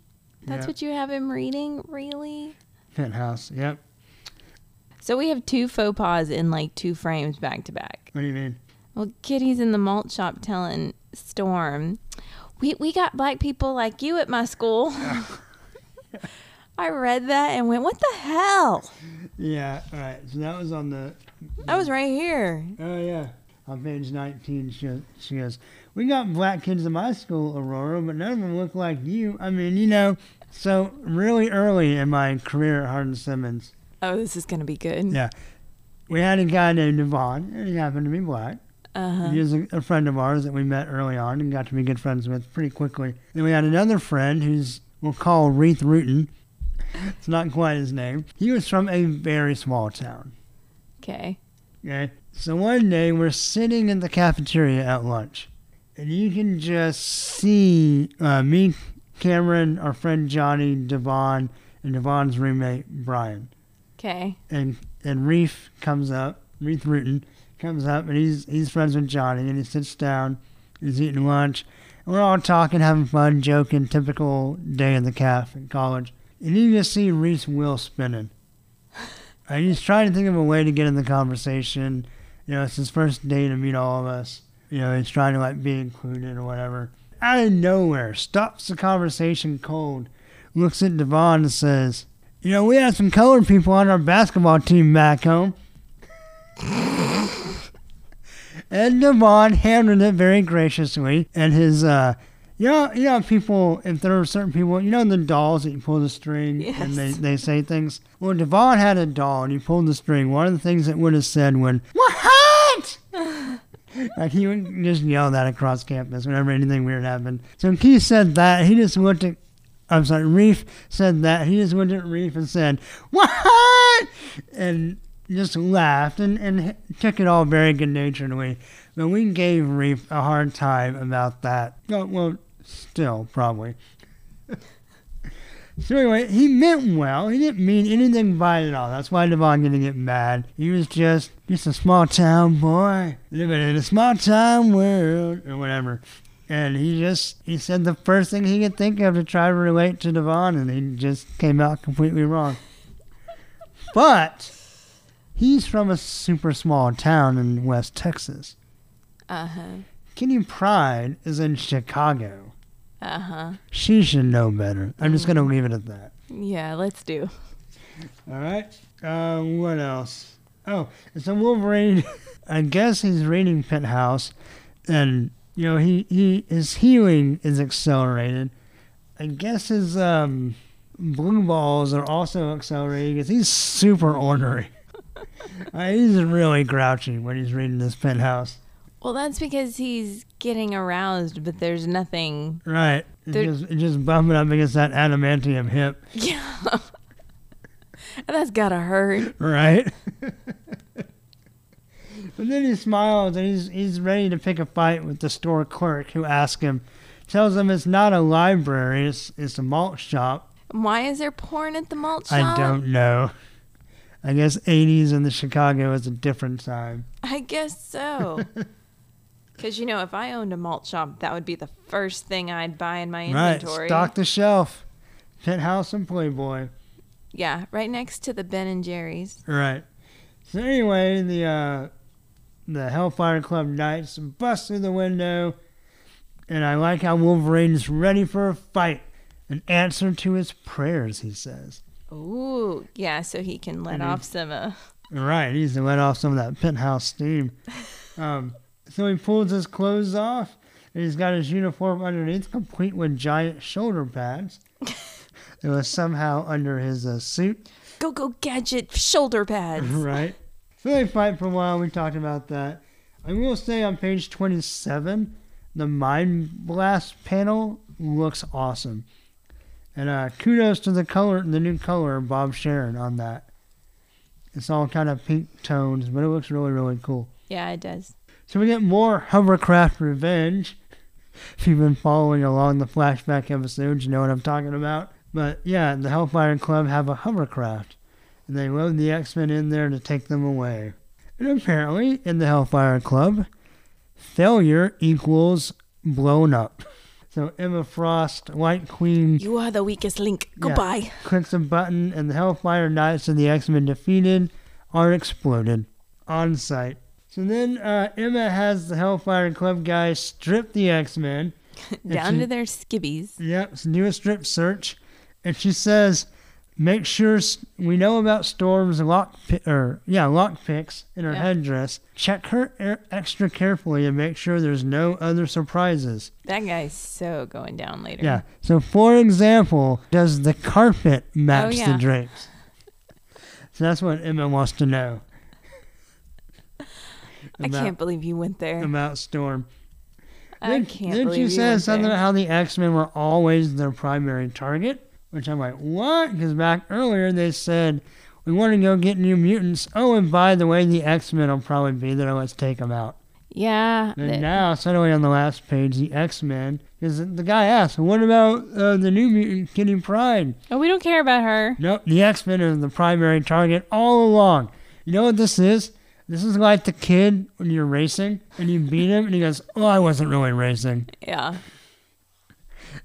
[SPEAKER 1] That's
[SPEAKER 2] Yeah.
[SPEAKER 1] what you have him reading? Really?
[SPEAKER 2] Penthouse, yep.
[SPEAKER 1] So we have two faux pas in like two frames back to back.
[SPEAKER 2] What do you mean?
[SPEAKER 1] Well, Kitty's in the malt shop telling Storm, we, we got black people like you at my school. I read that and went, what the hell?
[SPEAKER 2] Yeah, all right. So that was on the
[SPEAKER 1] I was right here.
[SPEAKER 2] Oh yeah. On page nineteen, she she goes, "We got black kids in my school, Aurora, but none of them look like you. I mean, you know." So really early in my career at Hardin Simmons,
[SPEAKER 1] Oh, this is going to be good.
[SPEAKER 2] Yeah. we had a guy named Devon, and he happened to be black.
[SPEAKER 1] Uh-huh.
[SPEAKER 2] He was a, a friend of ours that we met early on and got to be good friends with pretty quickly. Then we had another friend who's we'll call Reith Rootin. It's not quite his name. He was from a very small town.
[SPEAKER 1] Okay.
[SPEAKER 2] Okay. So one day we're sitting in the cafeteria at lunch, and you can just see uh, me, Cameron, our friend Johnny, Devon, and Devon's roommate Brian,
[SPEAKER 1] Okay.
[SPEAKER 2] and and Reef comes up, Reef Rootin comes up, and he's he's friends with Johnny, and he sits down, he's eating lunch, and we're all talking, having fun, joking, typical day in the caf in college, and you just see Reef's wheel spinning. And he's trying to think of a way to get in the conversation. You know, it's his first day to meet all of us. You know, he's trying to like be included or whatever. Out of nowhere, stops the conversation cold, looks at Devon and says, You know, we had some colored people on our basketball team back home. and Devon handled it very graciously. And his, uh, you know, you know, people, if there are certain people, you know, the dolls that you pull the string and they,
[SPEAKER 1] Yes.
[SPEAKER 2] they say things. Well, Devon had a doll and he pulled the string. One of the things it would have said when, What? like he would just yell that across campus whenever anything weird happened. So Keith said that. He just looked at, I'm sorry, Reef said that. He just looked at Reef and said, What? And just laughed and, and took it all very good naturedly. But we gave Reef a hard time about that. Well, well still, probably. So anyway, he meant well. He didn't mean anything by it at all. That's why Devon didn't get mad. He was just just a small town boy living in a small town world or whatever. And he just he said the first thing he could think of to try to relate to Devon, and he just came out completely wrong. but he's from a super small town in West Texas.
[SPEAKER 1] Uh huh.
[SPEAKER 2] Kenny Pride is in Chicago.
[SPEAKER 1] Uh huh.
[SPEAKER 2] She should know better. I'm just gonna leave it at that.
[SPEAKER 1] Yeah, let's do.
[SPEAKER 2] All right. Uh, what else? Oh, it's a Wolverine. I guess he's reading Penthouse, and you know he, he his healing is accelerated. I guess his um, blue balls are also accelerating because he's super ornery. Uh, he's really grouchy when he's reading this Penthouse.
[SPEAKER 1] Well, that's because he's getting aroused, but there's nothing.
[SPEAKER 2] Right. It's
[SPEAKER 1] There-
[SPEAKER 2] just, it's just bumping up against that adamantium hip.
[SPEAKER 1] Yeah. that's gotta hurt.
[SPEAKER 2] Right. but then he smiles and he's he's ready to pick a fight with the store clerk who asks him, tells him it's not a library, it's it's a malt shop.
[SPEAKER 1] Why is there porn at the malt
[SPEAKER 2] I
[SPEAKER 1] shop?
[SPEAKER 2] don't know. I guess eighties in the Chicago is a different time.
[SPEAKER 1] I guess so. Because, you know, if I owned a malt shop, that would be the first thing I'd buy in my inventory.
[SPEAKER 2] Right. Stock the shelf. Penthouse and Playboy.
[SPEAKER 1] Yeah, right next to the Ben and Jerry's.
[SPEAKER 2] Right. So anyway, the uh, the Hellfire Club Knights bust through the window, and I like how Wolverine's ready for a fight, an answer to his prayers. He says,
[SPEAKER 1] Ooh, yeah, so he can let
[SPEAKER 2] Mhm.
[SPEAKER 1] off some. Uh,
[SPEAKER 2] "Right, he's to let off some of that penthouse steam." Um, so he pulls his clothes off, And he's got his uniform underneath, complete with giant shoulder pads. it was somehow under his uh, suit,
[SPEAKER 1] Go go gadget shoulder pads.
[SPEAKER 2] right? So they fight for a while. We talked about that. I will say on page 27, the Mind Blast panel looks awesome. And uh, kudos to the color, the new color, Bob Sharon on that. It's all kind of pink tones, but it looks really, really cool.
[SPEAKER 1] yeah, it does.
[SPEAKER 2] So we get more hovercraft revenge. If you've been following along the flashback episodes, you know what I'm talking about. But yeah, the Hellfire Club have a hovercraft, and they load the X Men in there to take them away. And apparently, in the Hellfire Club, failure equals blown up. So Emma Frost, White Queen,
[SPEAKER 1] You are the weakest link.
[SPEAKER 2] Yeah.
[SPEAKER 1] Goodbye.
[SPEAKER 2] clicks a button, and the Hellfire Knights and the X Men defeated are exploded on site. So then uh, Emma has the Hellfire Club guys strip the X Men.
[SPEAKER 1] Down to their skibbies.
[SPEAKER 2] Yep, so do a strip search, and she says, "Make sure s- we know about Storm's lock pi- or yeah lock picks in her
[SPEAKER 1] Yeah.
[SPEAKER 2] headdress. Check her er- extra carefully and make sure there's no other surprises."
[SPEAKER 1] That guy's so going down later.
[SPEAKER 2] Yeah. So, for example, does the carpet match
[SPEAKER 1] Oh, yeah.
[SPEAKER 2] the drapes? So that's what Emma wants to know.
[SPEAKER 1] I can't believe you went there.
[SPEAKER 2] about Storm.
[SPEAKER 1] I can't
[SPEAKER 2] Then
[SPEAKER 1] believe
[SPEAKER 2] she
[SPEAKER 1] you went
[SPEAKER 2] says something
[SPEAKER 1] there.
[SPEAKER 2] about how the X Men were always their primary target, which I'm like, what? Because back earlier they said we want to go get New Mutants. Oh, and by the way, the X Men will probably be there. Let's take them out.
[SPEAKER 1] Yeah.
[SPEAKER 2] And
[SPEAKER 1] that-
[SPEAKER 2] now, suddenly on the last page, the X Men, because the guy asked, what about uh, the New Mutant Kitty Pride?
[SPEAKER 1] oh, we don't care about her.
[SPEAKER 2] Nope, the X Men are the primary target all along. You know what this is? This is like the kid when you're racing and you beat him and he goes, Oh, I wasn't really racing.
[SPEAKER 1] Yeah.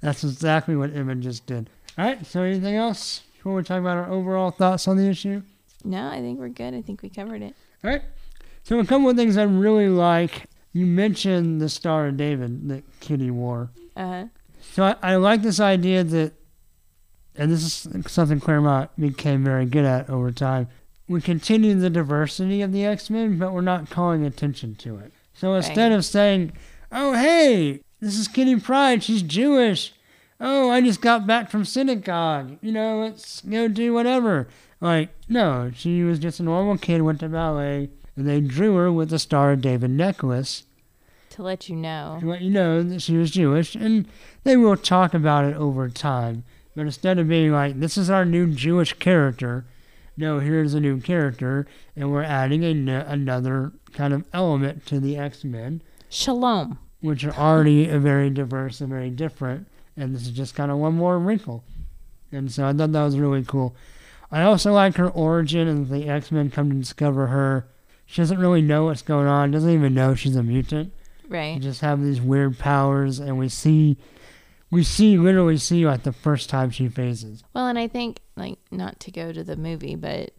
[SPEAKER 2] That's exactly what Emma just did. All right, so anything else before we talk about our overall thoughts on the issue?
[SPEAKER 1] No, I think we're good. I think we covered it.
[SPEAKER 2] All right, so a couple of things I really like. You mentioned the Star of David that Kitty wore.
[SPEAKER 1] Uh,
[SPEAKER 2] So I, I like this idea that, and this is something Claremont became very good at over time. We continue the diversity of the X Men, but we're not calling attention to it. So instead of saying, "Oh hey, this is Kitty Pride, she's Jewish," "Oh I just got back from synagogue," you know, let's go do whatever. Like no, she was just a normal kid, went to ballet, and they drew her with the Star of David necklace
[SPEAKER 1] to let you know.
[SPEAKER 2] to let you know that she was Jewish, and they will talk about it over time. But instead of being like, this is our new Jewish character, no, here's a new character, and we're adding a n- another kind of element to the X Men,
[SPEAKER 1] Shalom.
[SPEAKER 2] which are already a very diverse and very different, and this is just kind of one more wrinkle. And so I thought that was really cool. I also like her origin and the X Men come to discover her. She doesn't really know what's going on, doesn't even know she's a mutant
[SPEAKER 1] Right.
[SPEAKER 2] and just have these weird powers and we see we see literally see like the first time she phases
[SPEAKER 1] Well, and I think, like, not to go to the movie, but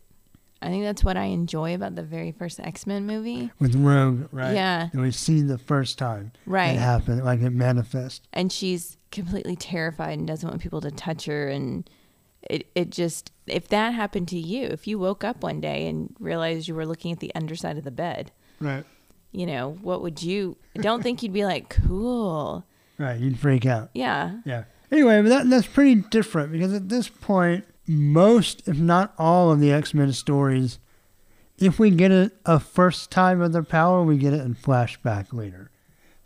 [SPEAKER 1] I think that's what I enjoy about the very first X Men movie.
[SPEAKER 2] with rogue right
[SPEAKER 1] Yeah.
[SPEAKER 2] and we see the first time
[SPEAKER 1] Right.
[SPEAKER 2] it happen like it manifests
[SPEAKER 1] And she's completely terrified and doesn't want people to touch her. And it, it just, if that happened to you, if you woke up one day and realized you were looking at the underside of the bed,
[SPEAKER 2] right
[SPEAKER 1] you know, what would you, I don't think you'd be like, cool.
[SPEAKER 2] right you'd freak out
[SPEAKER 1] Yeah.
[SPEAKER 2] yeah anyway but that, that's pretty different because at this point most if not all of the x-men stories if we get a, a first time of their power we get it in flashback later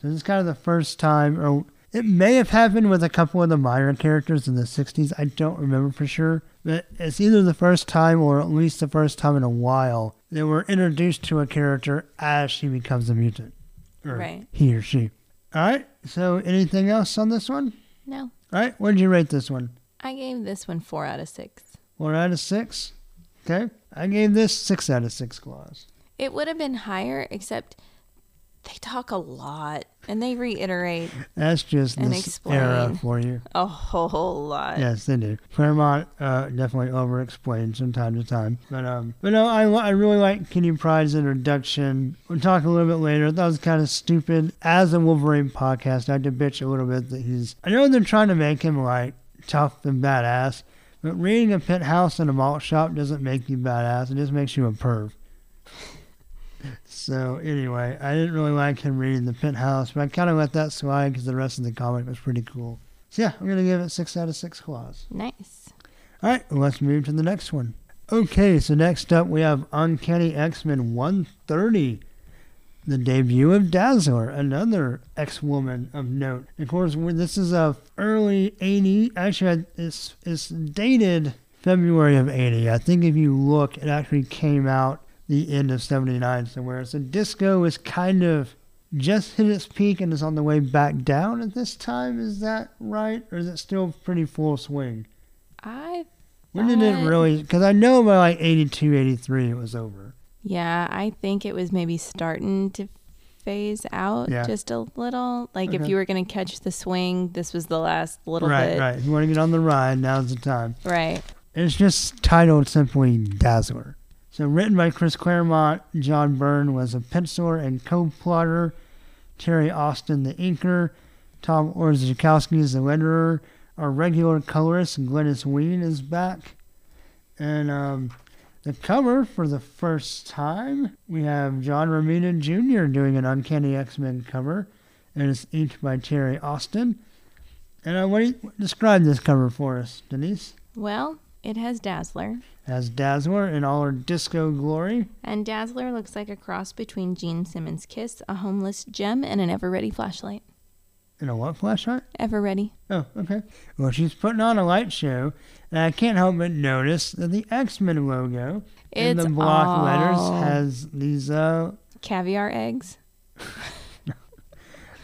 [SPEAKER 2] So this is kind of the first time, or it may have happened with a couple of the minor characters in the 60s. I don't remember for sure. But it's either the first time, or at least the first time in a while, they were introduced to a character as she becomes a mutant. Or
[SPEAKER 1] Right.
[SPEAKER 2] He or she. All right. So anything else on this one?
[SPEAKER 1] No,
[SPEAKER 2] All right. What did you rate this one?
[SPEAKER 1] I gave this one four out of six.
[SPEAKER 2] One out of six? Okay. I gave this six out of six claws.
[SPEAKER 1] It would have been higher, except they talk a lot and they reiterate
[SPEAKER 2] That's just
[SPEAKER 1] And
[SPEAKER 2] this
[SPEAKER 1] explain.
[SPEAKER 2] era for you.
[SPEAKER 1] a whole lot.
[SPEAKER 2] Yes, they do. Claremont uh, definitely over-explains from time to time, but um, but no, I, I really like Kitty Pryde's introduction. We'll talk a little bit later. That was kind of stupid. As a Wolverine podcast, I had to bitch a little bit that he's. I know they're trying to make him like tough and badass, but reading a penthouse in a malt shop doesn't make you badass. It just makes you a perv. So anyway, I didn't really like him reading the penthouse, but I kind of let that slide because the rest of the comic was pretty cool. So yeah, I'm gonna give it six out of six claws.
[SPEAKER 1] Nice.
[SPEAKER 2] All right, let's move to the next one. Okay, so next up we have Uncanny X Men 130, the debut of Dazzler, another X Woman of note. Of course, we- this is a early 80. Actually, I- it's it's dated February of 80. I think if you look, it actually came out the end of 79 somewhere. So disco is kind of just hit its peak and is on the way back down at this time. Is that right, or is it still pretty full swing?
[SPEAKER 1] I
[SPEAKER 2] When did it
[SPEAKER 1] But-
[SPEAKER 2] really? Because I know by like 82, 83 it was over.
[SPEAKER 1] yeah, I think it was maybe starting to phase out
[SPEAKER 2] Yeah.
[SPEAKER 1] just a little. Like if
[SPEAKER 2] Okay.
[SPEAKER 1] you were going to catch the swing, this was the last little
[SPEAKER 2] Right,
[SPEAKER 1] bit.
[SPEAKER 2] right. If you want to get on the ride, now's the time.
[SPEAKER 1] Right.
[SPEAKER 2] It's just titled simply Dazzler. So written by Chris Claremont, John Byrne was a penciler and co-plotter, Terry Austin the inker, Tom Orzechowski is the letterer, our regular colorist Glennis Ween is back, and um, the cover for the first time we have John Romita Jr. doing an Uncanny X-Men cover, and it's inked by Terry Austin. And uh, what do you, describe this cover for us, Denise?
[SPEAKER 1] Well, it has Dazzler.
[SPEAKER 2] as Dazzler in all her disco glory.
[SPEAKER 1] And Dazzler looks like a cross between Gene Simmons' kiss, a homeless gem, and an ever ready flashlight.
[SPEAKER 2] In a what flashlight?
[SPEAKER 1] Ever ready.
[SPEAKER 2] Oh, okay. Well, she's putting on a light show, and I can't help but notice that the X Men logo in
[SPEAKER 1] It's
[SPEAKER 2] the block
[SPEAKER 1] all
[SPEAKER 2] letters has these uh,
[SPEAKER 1] caviar eggs.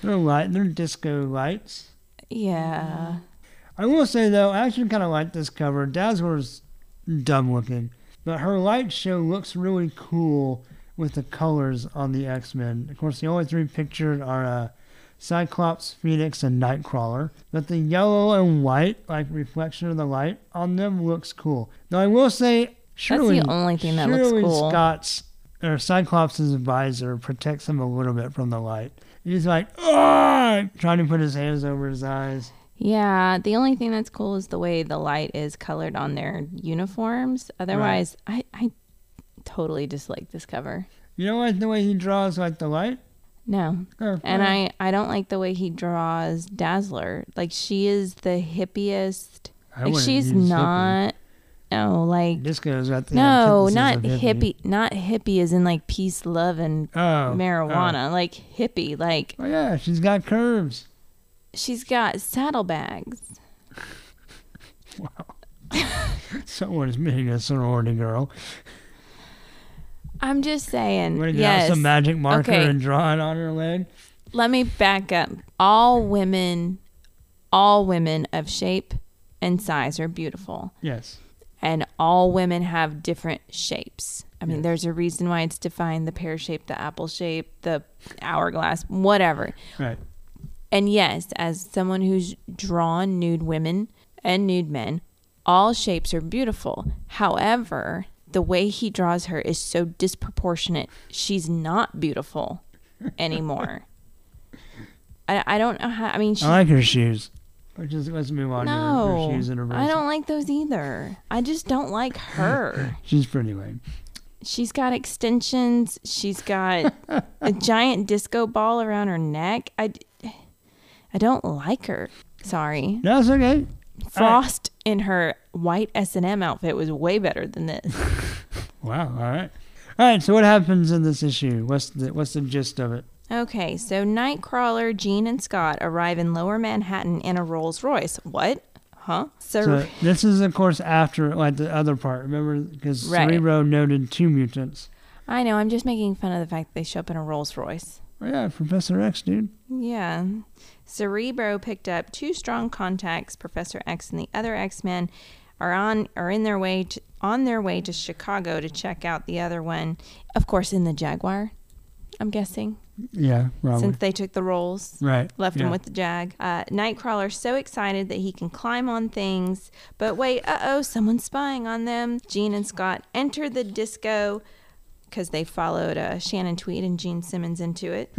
[SPEAKER 2] they're light, they're disco lights.
[SPEAKER 1] Yeah.
[SPEAKER 2] I will say though, I actually kind of like this cover. Dazzler's dumb looking, but her light show looks really cool with the colors on the X Men. Of course, the only three pictured are uh, Cyclops, Phoenix, and Nightcrawler. But the yellow and white, like reflection of the light on them, looks cool. Now I will say, surely
[SPEAKER 1] only thing that looks
[SPEAKER 2] surely
[SPEAKER 1] cool.
[SPEAKER 2] Scott's or Cyclops' visor protects him a little bit from the light. He's like, "Ah!" trying to put his hands over his eyes.
[SPEAKER 1] Yeah. The only thing that's cool is the way the light is colored on their uniforms. Otherwise, I, I totally dislike this cover.
[SPEAKER 2] You don't like the way he draws like the light?
[SPEAKER 1] No.
[SPEAKER 2] Oh,
[SPEAKER 1] And
[SPEAKER 2] alright.
[SPEAKER 1] I, I don't like the way he draws Dazzler. Like, she is the hippiest.
[SPEAKER 2] I
[SPEAKER 1] like,
[SPEAKER 2] wouldn't
[SPEAKER 1] she's
[SPEAKER 2] use hippie.
[SPEAKER 1] not. No, like.
[SPEAKER 2] Disco's got the
[SPEAKER 1] No,
[SPEAKER 2] antithesis
[SPEAKER 1] not
[SPEAKER 2] of
[SPEAKER 1] hippie. Not hippie is in like peace, love, and
[SPEAKER 2] Oh, oh.
[SPEAKER 1] marijuana. Like hippie. Like
[SPEAKER 2] Oh. yeah, she's got curves.
[SPEAKER 1] she's got saddlebags.
[SPEAKER 2] Someone's being a sorority girl.
[SPEAKER 1] I'm just
[SPEAKER 2] I'm
[SPEAKER 1] saying.
[SPEAKER 2] gonna get out
[SPEAKER 1] Yes.
[SPEAKER 2] some magic marker
[SPEAKER 1] Okay.
[SPEAKER 2] and draw it on her leg.
[SPEAKER 1] Let me back up. All women, all women of shape and size are beautiful,
[SPEAKER 2] Yes.
[SPEAKER 1] and all women have different shapes. I mean, there's a reason why it's defined the pear shape, the apple shape, the hourglass, whatever.
[SPEAKER 2] Right.
[SPEAKER 1] And yes, as someone who's drawn nude women and nude men, all shapes are beautiful. However, the way he draws her is so disproportionate. She's not beautiful anymore. I, I don't know how. I mean, she,
[SPEAKER 2] I like her shoes. Let's just let's move on to her- her,
[SPEAKER 1] no,
[SPEAKER 2] shoes and her
[SPEAKER 1] I
[SPEAKER 2] bracelet.
[SPEAKER 1] don't like those either. I just don't like her.
[SPEAKER 2] She's pretty lame.
[SPEAKER 1] She's got extensions. She's got a giant disco ball around her neck. I, d- I don't like her. Sorry.
[SPEAKER 2] No, it's okay.
[SPEAKER 1] Frost in her white S and M outfit was way better than this.
[SPEAKER 2] Wow. All right. All right. So what happens in this issue? What's the what's the gist of it?
[SPEAKER 1] okay, so Nightcrawler, Jean, and Scott arrive in Lower Manhattan in a Rolls Royce. What? Huh? So,
[SPEAKER 2] So this is of course after like the other part. Remember, because
[SPEAKER 1] Right.
[SPEAKER 2] Cerebro noted two mutants.
[SPEAKER 1] I know I'm just making fun of the fact that they show up in a Rolls Royce.
[SPEAKER 2] Oh, yeah, Professor X, dude.
[SPEAKER 1] Yeah. Cerebro picked up two strong contacts. Professor X and the other X Men are on are in their way to, on their way to Chicago to check out the other one. Of course, in the Jaguar. I'm guessing
[SPEAKER 2] Yeah, probably.
[SPEAKER 1] since they took the Rolls.
[SPEAKER 2] right.
[SPEAKER 1] Left him
[SPEAKER 2] yeah.
[SPEAKER 1] with the jag. Uh, Nightcrawler's so excited that he can climb on things, but wait, uh oh, someone's spying on them. Gene and Scott enter the disco because they followed uh, Shannon Tweed and Gene Simmons into it.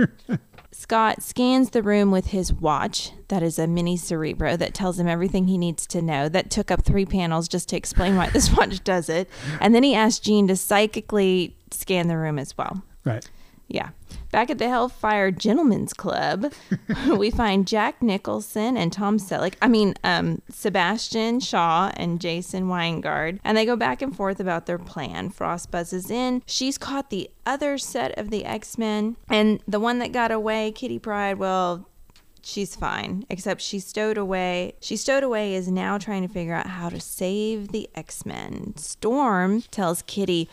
[SPEAKER 1] Scott scans the room with his watch. That is a mini cerebro that tells him everything he needs to know. That took up three panels just to explain why this watch does it. And then he asks Gene to psychically scan the room as well.
[SPEAKER 2] Right.
[SPEAKER 1] Yeah. Back at the Hellfire Gentlemen's Club, we find Jack Nicholson and Tom Selleck. I mean, um, Sebastian Shaw and Jason Weingard. And they go back and forth about their plan. Frost buzzes in. She's caught the other set of the X Men. And the one that got away, Kitty Pride, well, she's fine, except she stowed away. She stowed away is now trying to figure out how to save the X Men. Storm tells Kitty,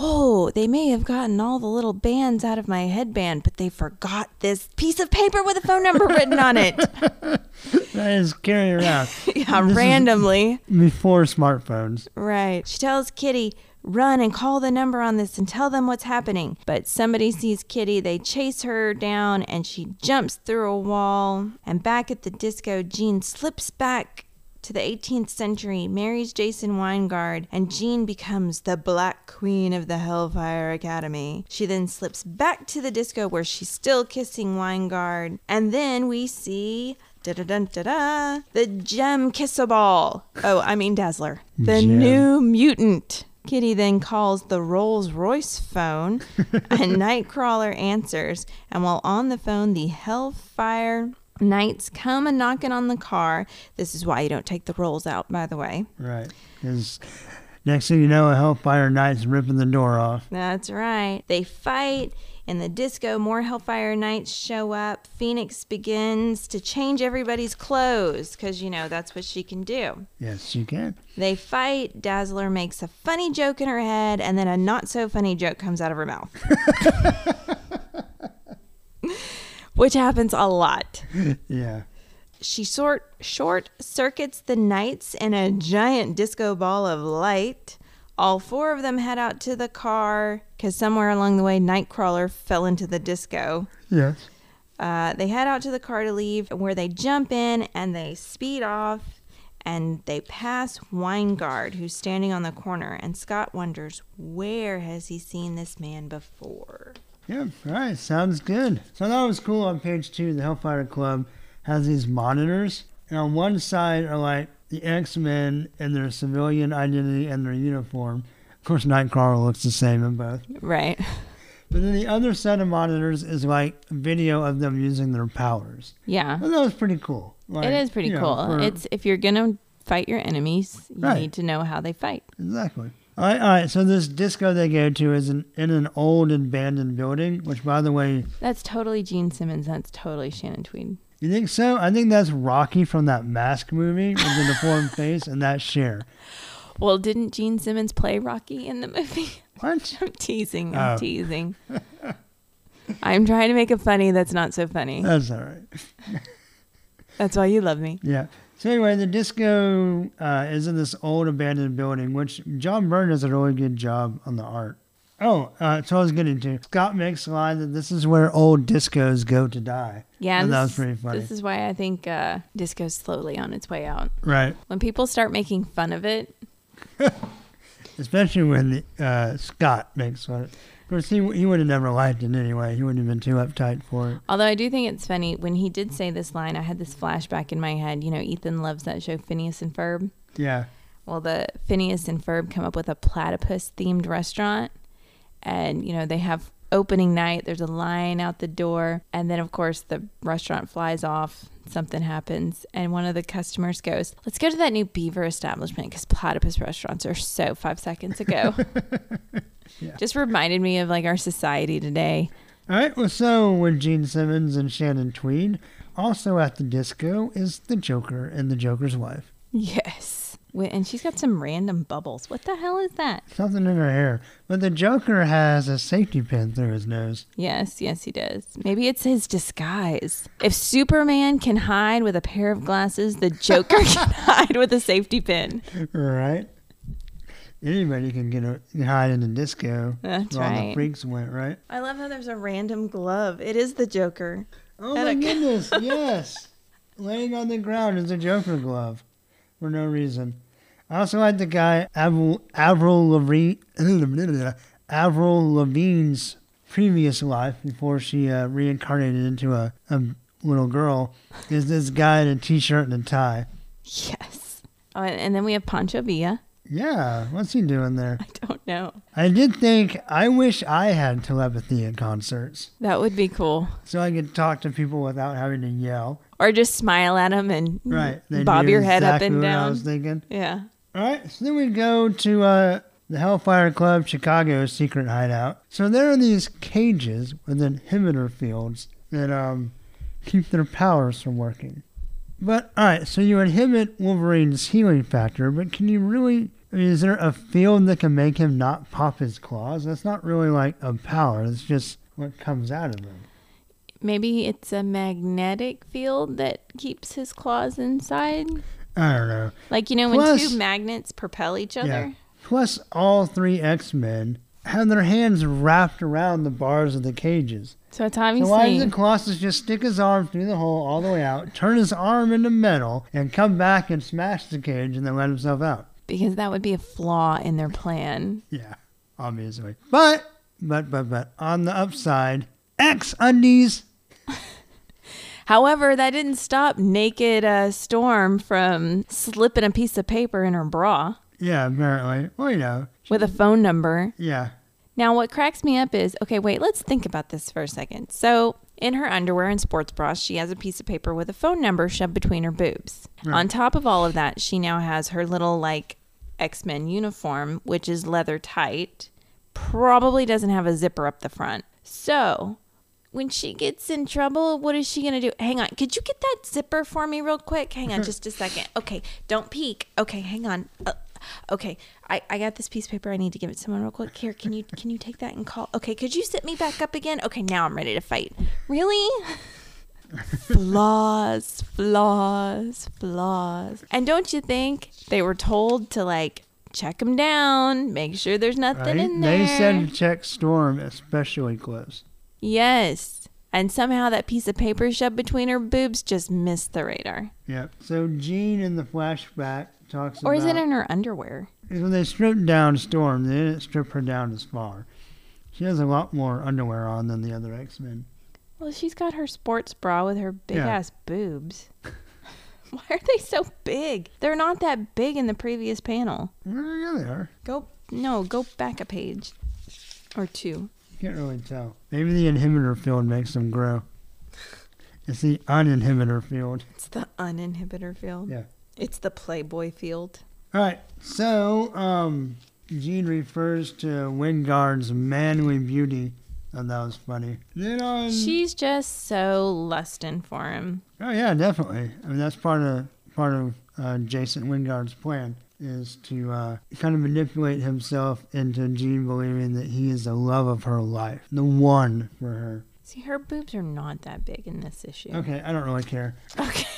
[SPEAKER 1] Oh, they may have gotten all the little bands out of my headband, but they forgot this piece of paper with a phone number written on it.
[SPEAKER 2] That is carry around
[SPEAKER 1] yeah,
[SPEAKER 2] This is-
[SPEAKER 1] randomly.
[SPEAKER 2] before smartphones.
[SPEAKER 1] Right. She tells Kitty, run and call the number on this and tell them what's happening. But somebody sees Kitty, they chase her down, and she jumps through a wall. And back at the disco, Jean slips back to the 18th century, marries Jason Weingard, and Jean becomes the Black Queen of the Hellfire Academy. She then slips back to the disco where she's still kissing Weingard. And then we see. Da-da-da-da-da. The gem kissable. Oh, I mean Dazzler. The
[SPEAKER 2] Gem.
[SPEAKER 1] new mutant. Kitty then calls the Rolls Royce phone, and Nightcrawler answers. And while on the phone, the Hellfire Knights come a knocking on the car. This is why you don't take the rolls out, by the way.
[SPEAKER 2] Right. 'Cause next thing you know, a Hellfire Knight's ripping the door off.
[SPEAKER 1] That's right. They fight. In the disco, more Hellfire Knights show up. Phoenix begins to change everybody's clothes because, you know, that's what she can do.
[SPEAKER 2] Yes, you can.
[SPEAKER 1] They fight. Dazzler makes a funny joke in her head, and then a not so funny joke comes out of her mouth. Which happens a lot.
[SPEAKER 2] Yeah.
[SPEAKER 1] She sort short circuits the knights in a giant disco ball of light. All four of them head out to the car because somewhere along the way, Nightcrawler fell into the disco.
[SPEAKER 2] Yes.
[SPEAKER 1] Uh, they head out to the car to leave, where they jump in and they speed off and they pass Weingard, who's standing on the corner. And Scott wonders, where has he seen this man before?
[SPEAKER 2] Yeah. All right. Sounds good. So that was cool. On page two, the Hellfire Club has these monitors, and on one side are like the X Men and their civilian identity and their uniform. Of course, Nightcrawler looks the same in both.
[SPEAKER 1] Right.
[SPEAKER 2] But then the other set of monitors is like video of them using their powers.
[SPEAKER 1] Yeah.
[SPEAKER 2] And that was pretty cool. Like,
[SPEAKER 1] It is pretty
[SPEAKER 2] you know,
[SPEAKER 1] cool.
[SPEAKER 2] for-
[SPEAKER 1] it's if you're gonna fight your enemies, you
[SPEAKER 2] Right.
[SPEAKER 1] need to know how they fight.
[SPEAKER 2] Exactly. All right, all right. So this disco they go to is in, in an old abandoned building, which, by the way,
[SPEAKER 1] That's totally Gene Simmons. That's totally Shannon Tweed.
[SPEAKER 2] you think so? I think that's Rocky from that Mask movie with the deformed face and that share.
[SPEAKER 1] Well, didn't Gene Simmons play Rocky in the movie?
[SPEAKER 2] What?
[SPEAKER 1] I'm teasing. I'm
[SPEAKER 2] Oh.
[SPEAKER 1] teasing. I'm trying to make a funny that's not so funny.
[SPEAKER 2] That's all right.
[SPEAKER 1] That's why you love me.
[SPEAKER 2] Yeah. So anyway, the disco uh, is in this old abandoned building, which John Byrne does a really good job on the art. Oh, uh, so I was getting to Scott makes the line that this is where old discos go to die.
[SPEAKER 1] Yeah,
[SPEAKER 2] and
[SPEAKER 1] this
[SPEAKER 2] that
[SPEAKER 1] is-
[SPEAKER 2] was pretty funny.
[SPEAKER 1] This is why I think uh, disco's slowly on its way out.
[SPEAKER 2] right.
[SPEAKER 1] When people start making fun of it,
[SPEAKER 2] Especially when the, uh, Scott makes one. Of course, he, he would have never liked it anyway. He wouldn't have been too uptight for it.
[SPEAKER 1] although I do think it's funny when he did say this line, I had this flashback in my head. You know, Ethan loves that show Phineas and Ferb.
[SPEAKER 2] Yeah.
[SPEAKER 1] Well, the Phineas and Ferb come up with a platypus themed restaurant, and you know they have opening night. There's a line out the door, and then of course the restaurant flies off. Something happens, and one of the customers goes, "Let's go to that new beaver establishment because platypus restaurants are so five seconds ago."
[SPEAKER 2] Yeah.
[SPEAKER 1] Just reminded me of like our society today.
[SPEAKER 2] All right. Well, so with Gene Simmons and Shannon Tweed, also at the disco is the Joker and the Joker's wife.
[SPEAKER 1] Yes, Wait, and she's got some random bubbles. What the hell is that?
[SPEAKER 2] Something in her hair. But the Joker has a safety pin through his nose.
[SPEAKER 1] Yes, yes, he does. Maybe it's his disguise. If Superman can hide with a pair of glasses, the Joker can hide with a safety pin.
[SPEAKER 2] Right. Anybody can get a, can hide in the disco.
[SPEAKER 1] That's
[SPEAKER 2] where all
[SPEAKER 1] right.
[SPEAKER 2] the freaks went, right?
[SPEAKER 1] I love how there's a random glove. It is the Joker.
[SPEAKER 2] Oh
[SPEAKER 1] And
[SPEAKER 2] my
[SPEAKER 1] a-
[SPEAKER 2] goodness, yes. Laying on the ground is a Joker glove for no reason. I also like the guy Avril, Avril Lavigne, Avril Lavigne's previous life before she uh, reincarnated into a, a little girl is this guy in a t-shirt and a tie.
[SPEAKER 1] Yes. Oh, and and then we have Pancho Villa.
[SPEAKER 2] Yeah, what's he doing there?
[SPEAKER 1] I don't no.
[SPEAKER 2] I did think I wish I had telepathy at concerts
[SPEAKER 1] That would be cool.
[SPEAKER 2] so I could talk to people without having to yell.
[SPEAKER 1] Or just smile at them and
[SPEAKER 2] Right. they
[SPEAKER 1] Mm. bob
[SPEAKER 2] knew
[SPEAKER 1] your head up
[SPEAKER 2] exactly
[SPEAKER 1] and
[SPEAKER 2] what I
[SPEAKER 1] down.
[SPEAKER 2] was thinking.
[SPEAKER 1] yeah.
[SPEAKER 2] All right, so then we go to uh, the Hellfire Club Chicago's secret hideout. So there are these cages with inhibitor fields that um, keep their powers from working. But all right, so you inhibit Wolverine's healing factor, but can you really? I mean, is there a field that can make him not pop his claws? That's not really like a power. It's just what comes out of him.
[SPEAKER 1] Maybe it's a magnetic field that keeps his claws inside.
[SPEAKER 2] I don't know.
[SPEAKER 1] Like, you know, when
[SPEAKER 2] Plus-
[SPEAKER 1] two magnets propel each other?
[SPEAKER 2] Yeah. Plus, all three X Men have their hands wrapped around the bars of the cages.
[SPEAKER 1] So it's
[SPEAKER 2] So why doesn't
[SPEAKER 1] obviously.
[SPEAKER 2] Colossus just stick his arm through the hole all the way out, turn his arm into metal, and come back and smash the cage and then let himself out?
[SPEAKER 1] because that would be a flaw in their plan.
[SPEAKER 2] Yeah, obviously. But but but but on the upside, X undies.
[SPEAKER 1] However, that didn't stop naked uh, Storm from slipping a piece of paper in her bra
[SPEAKER 2] Yeah, apparently. Well, you know.
[SPEAKER 1] with a phone number.
[SPEAKER 2] Yeah.
[SPEAKER 1] Now, what cracks me up is okay, wait, let's think about this for a second. So, in her underwear and sports bra, she has a piece of paper with a phone number shoved between her boobs.
[SPEAKER 2] Right.
[SPEAKER 1] On top of all of that, she now has her little, like, X Men uniform, which is leather tight, probably doesn't have a zipper up the front. So, when she gets in trouble, what is she going to do? Hang on. Could you get that zipper for me real quick? Hang on just a second. Okay. Don't peek. Okay. Hang on. Uh, okay. I, I got this piece of paper. I need to give it to someone real quick. Here, can you can you take that and call? Okay. Could you sit me back up again? Okay. Now I'm ready to fight. Really? flaws, flaws, flaws. And don't you think they were told to like check them down, make sure there's nothing
[SPEAKER 2] Right?
[SPEAKER 1] in there?
[SPEAKER 2] They said to check Storm especially close.
[SPEAKER 1] Yes. And somehow that piece of paper shoved between her boobs just missed the radar.
[SPEAKER 2] Yep. So Jean in the flashback talks
[SPEAKER 1] Or
[SPEAKER 2] about.
[SPEAKER 1] is it in her underwear?
[SPEAKER 2] is when they stripped down Storm, they didn't strip her down as far. She has a lot more underwear on than the other X Men.
[SPEAKER 1] Well, she's got her sports bra with her big
[SPEAKER 2] Yeah.
[SPEAKER 1] ass boobs. Why are they so big? They're not that big in the previous panel.
[SPEAKER 2] Yeah, they are.
[SPEAKER 1] Go no, go back a page or two.
[SPEAKER 2] You can't really tell. Maybe the inhibitor field makes them grow. It's the uninhibitor field.
[SPEAKER 1] It's the uninhibitor field.
[SPEAKER 2] Yeah.
[SPEAKER 1] It's the Playboy field.
[SPEAKER 2] All right. So, um, Jean refers to Wingard's manly beauty. Oh, that was funny. Then on.
[SPEAKER 1] She's just so lusting for him.
[SPEAKER 2] Oh yeah, definitely. I mean, that's part of part of uh, Jason Wingard's plan is to uh, kind of manipulate himself into Jean believing that he is the love of her life, the one for her.
[SPEAKER 1] See, her boobs are not that big in this issue.
[SPEAKER 2] Okay, I don't really care.
[SPEAKER 1] Okay.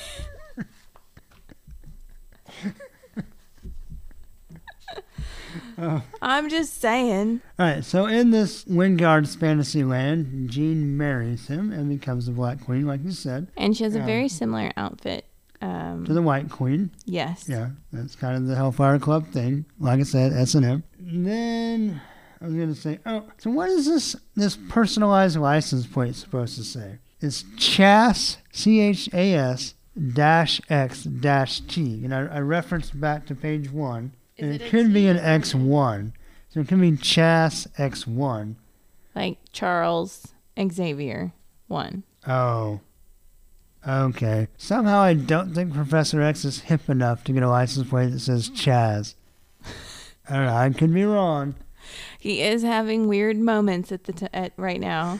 [SPEAKER 1] I'm just saying.
[SPEAKER 2] All right, so in this Wingard's fantasy land, Jean marries him and becomes the Black Queen, like you said,
[SPEAKER 1] And she has
[SPEAKER 2] Yeah.
[SPEAKER 1] a very similar outfit. Um,
[SPEAKER 2] to the White Queen.
[SPEAKER 1] yes.
[SPEAKER 2] Yeah, that's kind of the Hellfire Club thing. Like I said, S and M. Then I was gonna say, oh, so what is this this personalized license plate supposed to say? It's Chas C H A S dash X dash T, and I, I referenced back to page one.
[SPEAKER 1] Is
[SPEAKER 2] and
[SPEAKER 1] it
[SPEAKER 2] it,
[SPEAKER 1] a
[SPEAKER 2] could be
[SPEAKER 1] T?
[SPEAKER 2] an X one, so it could be Chas X one.
[SPEAKER 1] Like Charles Xavier one.
[SPEAKER 2] Oh. Okay. Somehow I don't think Professor X is hip enough to get a license plate that says Chaz. I don't know. I could be wrong.
[SPEAKER 1] He is having weird moments at the t- at right now.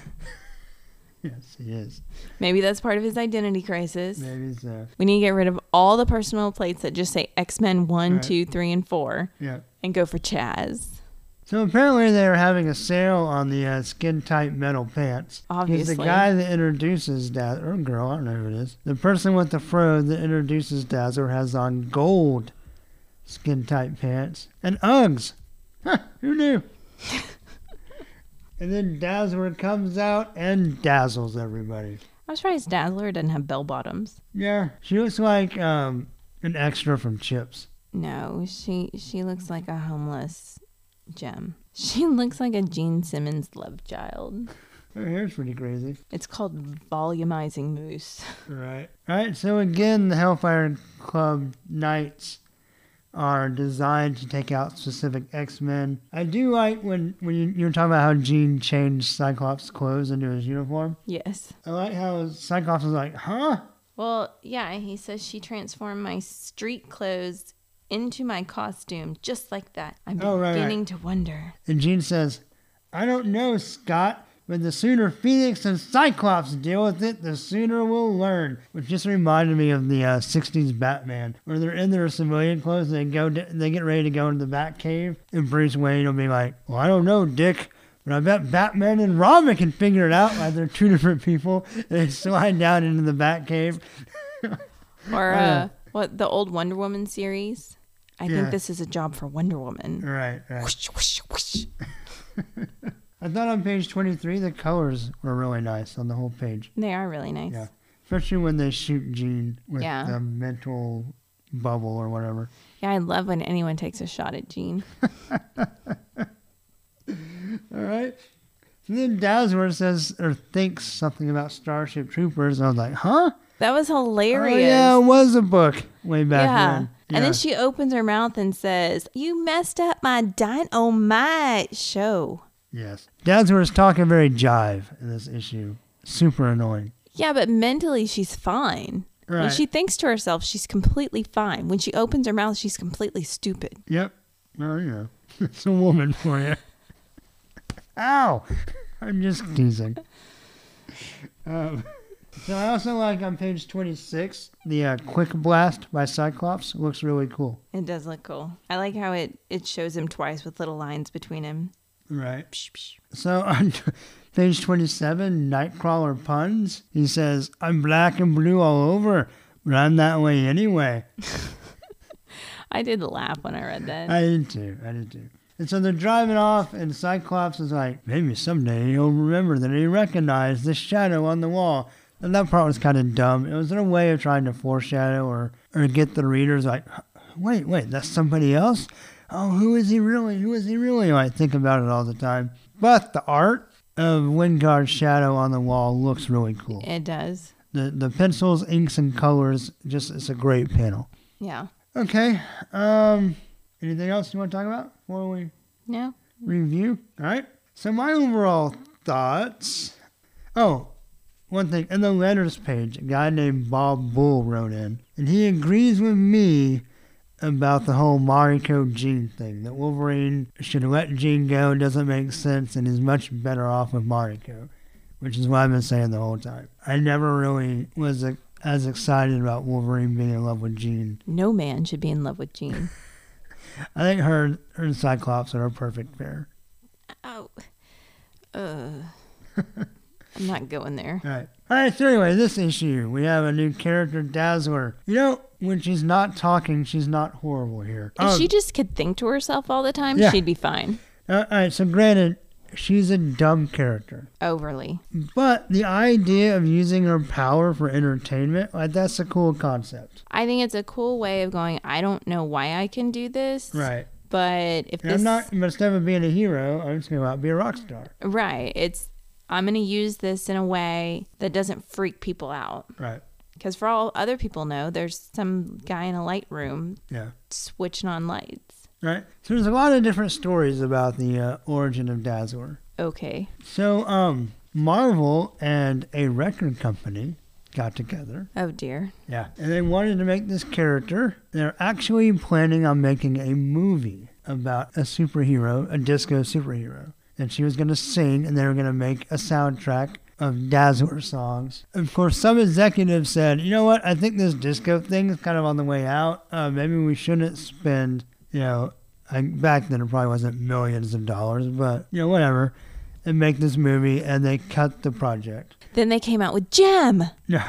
[SPEAKER 2] Yes, he is.
[SPEAKER 1] Maybe that's part of his identity crisis.
[SPEAKER 2] Maybe so.
[SPEAKER 1] We need to get rid of all the personal plates that just say X Men one,
[SPEAKER 2] Right.
[SPEAKER 1] two, three, and 4
[SPEAKER 2] Yeah.
[SPEAKER 1] and go for Chaz.
[SPEAKER 2] So apparently they were having a sale on the uh, skin tight metal pants. 'Cause the
[SPEAKER 1] Obviously.
[SPEAKER 2] guy that introduces Dazzler, or girl, I don't know who it is, the person with the fro that introduces Dazzler has on gold skin tight pants and Uggs. Huh, who knew? and then Dazzler comes out and dazzles everybody.
[SPEAKER 1] I'm surprised Dazzler doesn't have bell bottoms.
[SPEAKER 2] Yeah, she looks like um, an extra from Chips.
[SPEAKER 1] No, she she looks like a homeless gem. She looks like a Gene Simmons love child.
[SPEAKER 2] Her hair's pretty crazy.
[SPEAKER 1] It's called volumizing moose.
[SPEAKER 2] Right. All right. So again, the Hellfire Club Knights are designed to take out specific X Men. I do like when when you, you were talking about how Jean changed Cyclops' clothes into his uniform.
[SPEAKER 1] Yes.
[SPEAKER 2] I like how Cyclops was like, "Huh?
[SPEAKER 1] Well, yeah, he says she transformed my street clothes into my costume just like that. I'm
[SPEAKER 2] Oh, right,
[SPEAKER 1] beginning to wonder.
[SPEAKER 2] And Jean says, I don't know, Scott, but the sooner Phoenix and Cyclops deal with it, the sooner we'll learn. Which just reminded me of the uh, 60s Batman, where they're in their civilian clothes and they, go d they get ready to go into the Batcave. And Bruce Wayne will be like, Well, I don't know, Dick. But I bet Batman and Robin can figure it out. Like they're two different people. They slide down into the Batcave.
[SPEAKER 1] Or
[SPEAKER 2] Oh, yeah.
[SPEAKER 1] uh, what the old Wonder Woman series? I
[SPEAKER 2] Yeah.
[SPEAKER 1] think this is a job for Wonder Woman.
[SPEAKER 2] Right, right.
[SPEAKER 1] Whoosh, whoosh, whoosh.
[SPEAKER 2] I thought on page 23, the colors were really nice on the whole page.
[SPEAKER 1] They are really nice.
[SPEAKER 2] Yeah. Especially when they shoot Jean with
[SPEAKER 1] Yeah.
[SPEAKER 2] the mental bubble or whatever.
[SPEAKER 1] Yeah, I love when anyone takes a shot at Jean.
[SPEAKER 2] All right. And then Dazzler says or thinks something about Starship Troopers. And I was like, huh?
[SPEAKER 1] That was hilarious.
[SPEAKER 2] Oh, yeah, it was a book way back
[SPEAKER 1] Yeah.
[SPEAKER 2] then.
[SPEAKER 1] And
[SPEAKER 2] Yeah.
[SPEAKER 1] then she opens her mouth and says, You messed up my dynamite show.
[SPEAKER 2] Yes. Dazzler is talking very jive in this issue. Super annoying.
[SPEAKER 1] Yeah, but mentally she's fine. When
[SPEAKER 2] Right.
[SPEAKER 1] she thinks to herself, she's completely fine. When she opens her mouth, she's completely stupid.
[SPEAKER 2] Yep. Well, you know, it's a woman for you. Ow! I'm just teasing. Um, so I also like on page 26 the uh, Quick Blast by Cyclops looks really cool.
[SPEAKER 1] It does look cool. I like how it, it shows him twice with little lines between him.
[SPEAKER 2] Right.
[SPEAKER 1] Psh, psh.
[SPEAKER 2] So on t- page 27, Nightcrawler puns. He says, "I'm black and blue all over, but I'm that way anyway."
[SPEAKER 1] I did laugh when I read that.
[SPEAKER 2] I did too. I did too. And so they're driving off, and Cyclops is like, maybe someday he'll remember that he recognized the shadow on the wall. And that part was kind of dumb. It was in a way of trying to foreshadow or, or get the readers like, wait, wait, that's somebody else? Oh, who is he really? Who is he really? I think about it all the time. But the art of Wingard's shadow on the wall looks really cool.
[SPEAKER 1] it does.
[SPEAKER 2] The, the pencils, inks, and colors, just it's a great panel.
[SPEAKER 1] Yeah.
[SPEAKER 2] Okay. Um, anything else you want to talk about before we
[SPEAKER 1] No?
[SPEAKER 2] review? All right. So my overall thoughts. Oh, one thing in the letters page, a guy named Bob Bull wrote in, and he agrees with me about the whole Mariko Jean thing. That Wolverine should let Jean go doesn't make sense, and he's much better off with Mariko, which is what I've been saying the whole time. I never really was uh, as excited about Wolverine being in love with Jean
[SPEAKER 1] No man should be in love with Jean.
[SPEAKER 2] I think her, her and Cyclops are a perfect pair.
[SPEAKER 1] oh. Uh. I'm not going there.
[SPEAKER 2] All right. All right. So anyway, this issue we have a new character, Dazzler. You know, when she's not talking, she's not horrible here.
[SPEAKER 1] If
[SPEAKER 2] Um,
[SPEAKER 1] she just could think to herself all the time,
[SPEAKER 2] Yeah.
[SPEAKER 1] she'd be fine.
[SPEAKER 2] Oh, all right. So granted, she's a dumb character,
[SPEAKER 1] Overly.
[SPEAKER 2] but the idea of using her power for entertainment, like that's a cool concept.
[SPEAKER 1] I think it's a cool way of going, I don't know why I can do this.
[SPEAKER 2] Right.
[SPEAKER 1] But if
[SPEAKER 2] And
[SPEAKER 1] this
[SPEAKER 2] I'm not. Instead of being a hero, I'm just going to be a rock star.
[SPEAKER 1] right, it's I'm going to use this in a way that doesn't freak people out.
[SPEAKER 2] Right.
[SPEAKER 1] Because for all other people know, there's some guy in a light room
[SPEAKER 2] Yeah.
[SPEAKER 1] switching on lights.
[SPEAKER 2] Right. So there's a lot of different stories about the uh, origin of Dazzler.
[SPEAKER 1] Okay.
[SPEAKER 2] So, um, Marvel and a record company got together.
[SPEAKER 1] Oh dear.
[SPEAKER 2] Yeah. And they wanted to make this character. They're actually planning on making a movie about a superhero, a disco superhero. And she was going to sing, and they were going to make a soundtrack of Dazzler songs. Of course, some executive said, you know what? I think this disco thing is kind of on the way out. Uh, maybe we shouldn't spend, you know, I, back then it probably wasn't millions of dollars, but, you know, whatever. And make this movie, and they cut the project.
[SPEAKER 1] Then they came out with Gem.
[SPEAKER 2] No,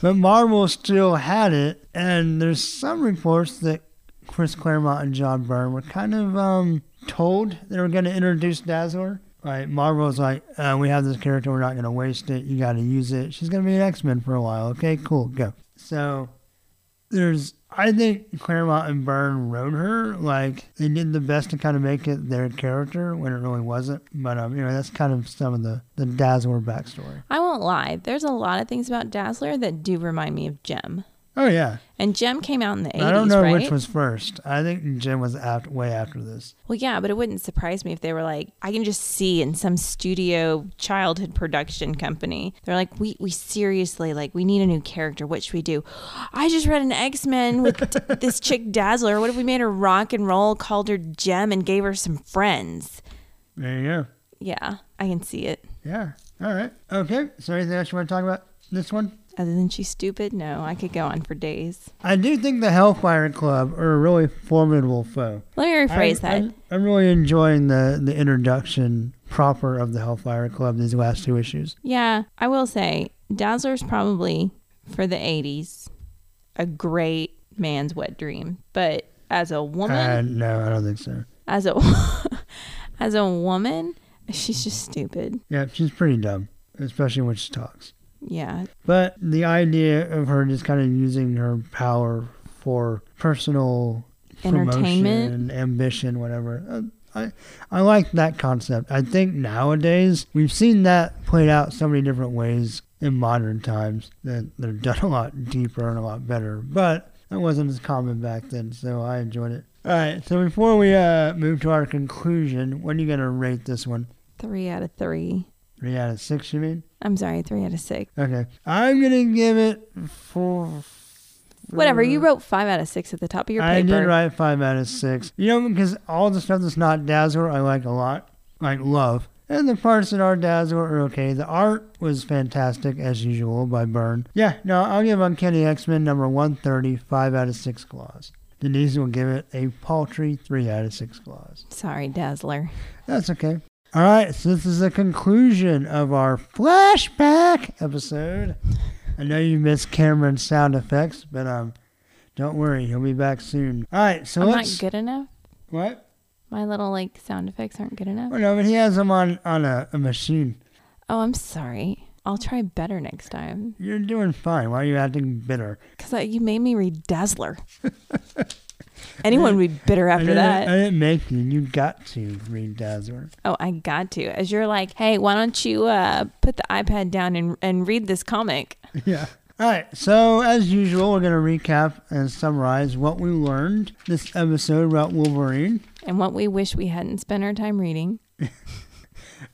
[SPEAKER 2] but Marvel still had it, and there's some reports that Chris Claremont and John Byrne were kind of um, told they were going to introduce Dazzler. Right, Marvel's like, uh, we have this character, we're not going to waste it. You got to use it. She's going to be an X Men for a while. Okay, cool, go. So there's, I think Claremont and Byrne wrote her like they did the best to kind of make it their character when it really wasn't. But um, anyway, that's kind of some of the the Dazzler backstory.
[SPEAKER 1] I won't lie. There's a lot of things about Dazzler that do remind me of Gem.
[SPEAKER 2] Oh yeah.
[SPEAKER 1] And Jem came out in the 80s,
[SPEAKER 2] I don't know
[SPEAKER 1] right?
[SPEAKER 2] which was first. I think Jim was after, way after this.
[SPEAKER 1] Well, yeah, but it wouldn't surprise me if they were like, I can just see in some studio childhood production company. They're like, we, we seriously, like, we need a new character. What should we do? I just read an X Men with t- this chick Dazzler. What if we made her rock and roll, called her Gem, and gave her some friends?
[SPEAKER 2] There you go.
[SPEAKER 1] Yeah, I can see it.
[SPEAKER 2] Yeah. All right. Okay. So anything else you want to talk about this one?
[SPEAKER 1] Other than she's stupid, no, I could go on for days.
[SPEAKER 2] I do think the Hellfire Club are a really formidable foe.
[SPEAKER 1] Let me rephrase that.
[SPEAKER 2] I'm, I'm really enjoying the, the introduction proper of the Hellfire Club these last two issues.
[SPEAKER 1] Yeah, I will say Dazzler's probably for the 80s a great man's wet dream, but as a woman,
[SPEAKER 2] Uh, no, I don't think so.
[SPEAKER 1] as a as a woman, she's just stupid.
[SPEAKER 2] Yeah, she's pretty dumb, especially when she talks.
[SPEAKER 1] Yeah.
[SPEAKER 2] But the idea of her just kind of using her power for personal
[SPEAKER 1] Entertainment?
[SPEAKER 2] promotion, ambition, whatever. Uh, I I like that concept. I think nowadays we've seen that played out so many different ways in modern times that they're done a lot deeper and a lot better. But that wasn't as common back then, so I enjoyed it. All right, so before we uh, move to our conclusion, what are you gonna rate this one?
[SPEAKER 1] 3 out of 3.
[SPEAKER 2] Three out of six, you mean?
[SPEAKER 1] I'm sorry, 3 out of 6.
[SPEAKER 2] Okay, I'm gonna give it four.
[SPEAKER 1] Whatever, you wrote 5 out of 6 at the top of your paper.
[SPEAKER 2] I did write five out of six. You know, because all the stuff that's not Dazzler, I like a lot, like love. And the parts that are Dazzler are okay. The art was fantastic, as usual, by Byrne. Yeah, no, I'll give Uncanny X Men number 130, five out of six claws. Denise will give it a paltry three out of six claws.
[SPEAKER 1] Sorry, Dazzler.
[SPEAKER 2] That's okay. All right, so this is the conclusion of our flashback episode. I know you missed Cameron's sound effects, but um, don't worry, he'll be back soon. All right, so
[SPEAKER 1] I'm not
[SPEAKER 2] let's
[SPEAKER 1] good enough.
[SPEAKER 2] what?
[SPEAKER 1] My little like sound effects aren't good enough.
[SPEAKER 2] Oh no, but he has them on on a, a machine.
[SPEAKER 1] Oh, I'm sorry. I'll try better next time.
[SPEAKER 2] You're doing fine. Why are you acting bitter?
[SPEAKER 1] Because you made me read Dazzler. Anyone would be bitter
[SPEAKER 2] I
[SPEAKER 1] after
[SPEAKER 2] didn't-
[SPEAKER 1] that.
[SPEAKER 2] I didn't make you. You got to read Dazzler.
[SPEAKER 1] Oh, I got to. As you're like, hey, why don't you uh, put the iPad down and, and read this comic?
[SPEAKER 2] Yeah. All right. So as usual, we're gonna recap and summarize what we learned this episode about Wolverine.
[SPEAKER 1] And what we wish we hadn't spent our time reading.
[SPEAKER 2] All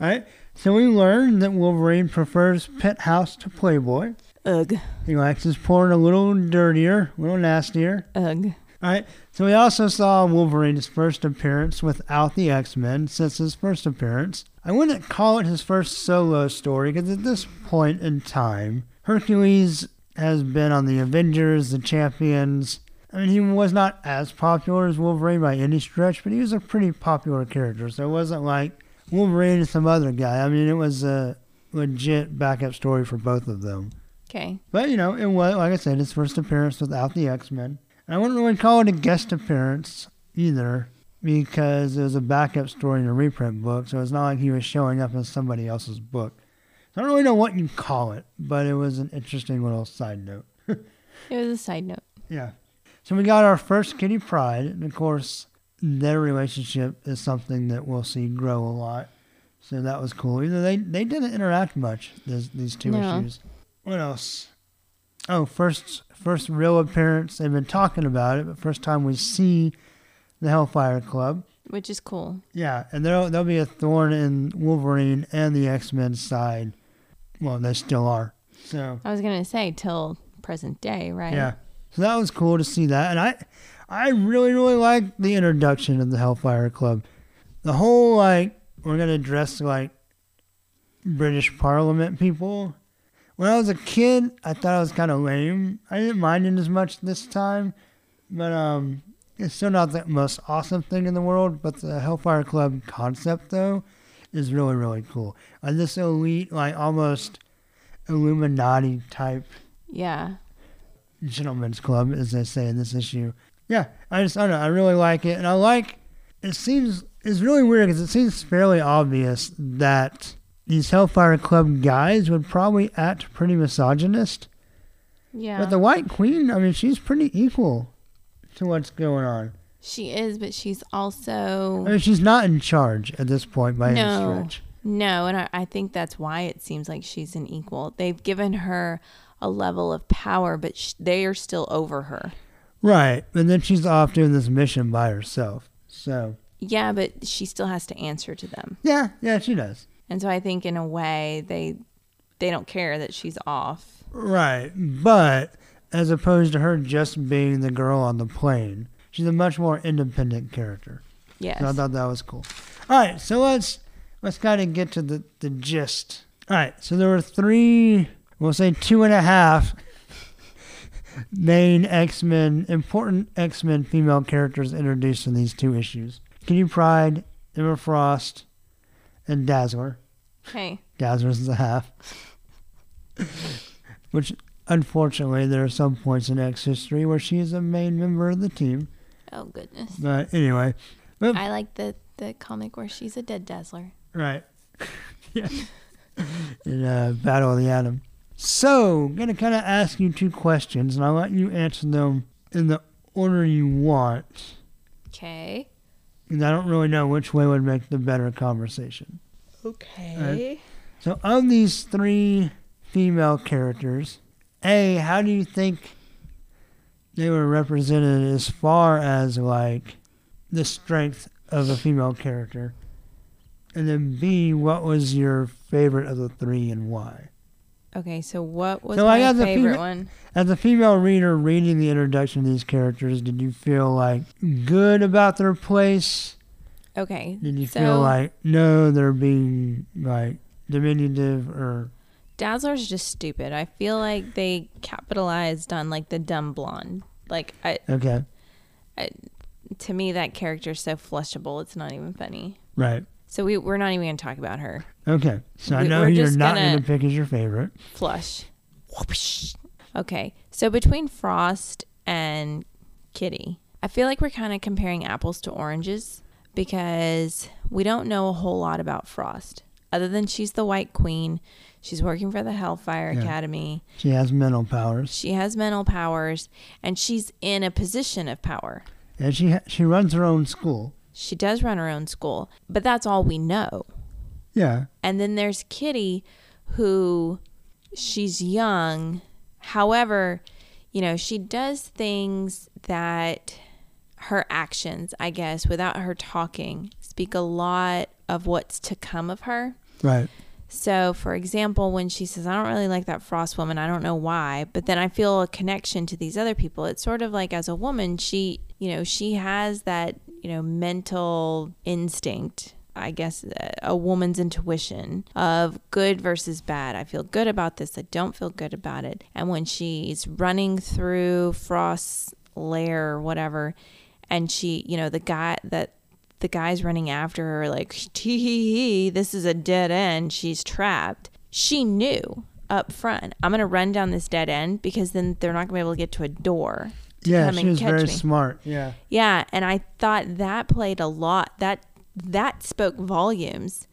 [SPEAKER 2] right. So we learned that Wolverine prefers penthouse to Playboy.
[SPEAKER 1] Ugh,
[SPEAKER 2] He likes his porn a little dirtier, a little nastier.
[SPEAKER 1] ugh.
[SPEAKER 2] All right. So we also saw Wolverine's first appearance without the X Men since his first appearance. I wouldn't call it his first solo story because at this point in time, Hercules has been on the Avengers, the Champions. I mean, he was not as popular as Wolverine by any stretch, but he was a pretty popular character. So it wasn't like Wolverine and some other guy. I mean, it was a legit backup story for both of them.
[SPEAKER 1] Okay.
[SPEAKER 2] But you know, it was like I said, his first appearance without the X Men. And I wouldn't really call it a guest appearance either, because it was a backup story in a reprint book, so it's not like he was showing up in somebody else's book. So I don't really know what you call it, but it was an interesting little side note.
[SPEAKER 1] It was a side note.
[SPEAKER 2] Yeah. So we got our first Kitty Pride, and of course, their relationship is something that we'll see grow a lot. So that was cool. Either they they didn't interact much. This, these two
[SPEAKER 1] No.
[SPEAKER 2] issues. What else? Oh, first first real appearance. They've been talking about it, but first time we see the Hellfire Club.
[SPEAKER 1] Which is cool.
[SPEAKER 2] Yeah, and there'll there'll be a thorn in Wolverine and the X Men's side. Well, they still are. So
[SPEAKER 1] I was going to say till present day, right?
[SPEAKER 2] yeah. So that was cool to see that. And I I really, really like the introduction of the Hellfire Club. The whole like we're gonna dress like British Parliament people. When I was a kid, I thought it was kinda lame. I didn't mind it as much this time. But um it's still not the most awesome thing in the world, but the Hellfire Club concept though is really, really cool. And this elite, like almost Illuminati type
[SPEAKER 1] Yeah.
[SPEAKER 2] gentleman's club, as they say in this issue. Yeah, I just I don't know. I really like it, and I like. It seems it's really weird because it seems fairly obvious that these Hellfire Club guys would probably act pretty misogynist,
[SPEAKER 1] Yeah.
[SPEAKER 2] but the White Queen, I mean, she's pretty equal to what's going on.
[SPEAKER 1] she is, but she's
[SPEAKER 2] I
[SPEAKER 1] also.
[SPEAKER 2] mean, she's not in charge at this point by
[SPEAKER 1] No.
[SPEAKER 2] any stretch.
[SPEAKER 1] No, and I, I think that's why it seems like she's an equal. They've given her a level of power, but sh- they are still over her.
[SPEAKER 2] Right. And then she's off doing this mission by herself. So,
[SPEAKER 1] Yeah, but she still has to answer to them.
[SPEAKER 2] yeah, yeah, she does.
[SPEAKER 1] And so I think in a way they they don't care that she's off.
[SPEAKER 2] Right. But as opposed to her just being the girl on the plane, she's a much more independent character.
[SPEAKER 1] Yes.
[SPEAKER 2] So I thought that was cool. All right, so let's let's kind of get to the the gist. All right, so there were three, we'll say two and a half main X Men, important X Men female characters introduced in these two issues: Kitty Pride, Emma Frost, and Dazzler.
[SPEAKER 1] hey.
[SPEAKER 2] Dazzler's the half, which unfortunately there are some points in X history where she is a main member of the team.
[SPEAKER 1] Oh goodness.
[SPEAKER 2] But anyway, but
[SPEAKER 1] I like the the comic where she's a dead dazzler.
[SPEAKER 2] Right. yeah. In uh, Battle of the Atom. So, gonna kind of ask you two questions, and I'll let you answer them in the order you want.
[SPEAKER 1] Okay.
[SPEAKER 2] And I don't really know which way would make the better conversation.
[SPEAKER 1] Okay.
[SPEAKER 2] So, of these three female characters, A, how do you think they were represented as far as like the strength of a female character? And then B, what was your favorite of the three and why?
[SPEAKER 1] Okay, so what was
[SPEAKER 2] So I
[SPEAKER 1] my
[SPEAKER 2] got the
[SPEAKER 1] favorite
[SPEAKER 2] fema-
[SPEAKER 1] one?
[SPEAKER 2] As a female reader reading the introduction of these characters, did you feel like good about their place?
[SPEAKER 1] Okay.
[SPEAKER 2] Did you
[SPEAKER 1] so
[SPEAKER 2] feel like no, they're being like diminutive or
[SPEAKER 1] Dazzler's just stupid. I feel like they capitalized on like the dumb blonde. Like I
[SPEAKER 2] okay,
[SPEAKER 1] to me that character's so flushable it's not even funny.
[SPEAKER 2] right?
[SPEAKER 1] So we we're not even gonna talk about her.
[SPEAKER 2] Okay, so I
[SPEAKER 1] We-
[SPEAKER 2] know
[SPEAKER 1] we're
[SPEAKER 2] who you're
[SPEAKER 1] just
[SPEAKER 2] not
[SPEAKER 1] gonna-
[SPEAKER 2] going to pick as your favorite.
[SPEAKER 1] Flush. Whoosh. Okay. So between Frost and Kitty, I feel like we're kind of comparing apples to oranges because we don't know a whole lot about Frost other than she's the White Queen. She's working for the Hellfire
[SPEAKER 2] Yeah.
[SPEAKER 1] Academy.
[SPEAKER 2] She has mental powers,
[SPEAKER 1] She has mental powers and she's in a position of power.
[SPEAKER 2] and she ha- she runs her own school.
[SPEAKER 1] She does run her own school, but that's all we know.
[SPEAKER 2] Yeah,
[SPEAKER 1] And then there's Kitty, who she's young. However, you know, she does things that her actions, I guess, without her talking, speak a lot of what's to come of her.
[SPEAKER 2] right.
[SPEAKER 1] So, for example, when she says, I don't really like that Frost woman, I don't know why, but then I feel a connection to these other people. It's sort of like as a woman, she, you know, she has that, you know, mental instinct, I guess, uh, a woman's intuition of good versus bad. I feel good about this, I don't feel good about it. And when she's running through Frost's lair or whatever, and she, you know, the guy that the guy's running after her like tee hee hee this is a dead end she's trapped she knew up front i'm gonna run down this dead end because then they're not gonna be able to get to a door to
[SPEAKER 2] Yeah,
[SPEAKER 1] come
[SPEAKER 2] she
[SPEAKER 1] and
[SPEAKER 2] was
[SPEAKER 1] catch
[SPEAKER 2] very
[SPEAKER 1] me
[SPEAKER 2] smart. Yeah,
[SPEAKER 1] yeah and i thought that played a lot that that spoke volumes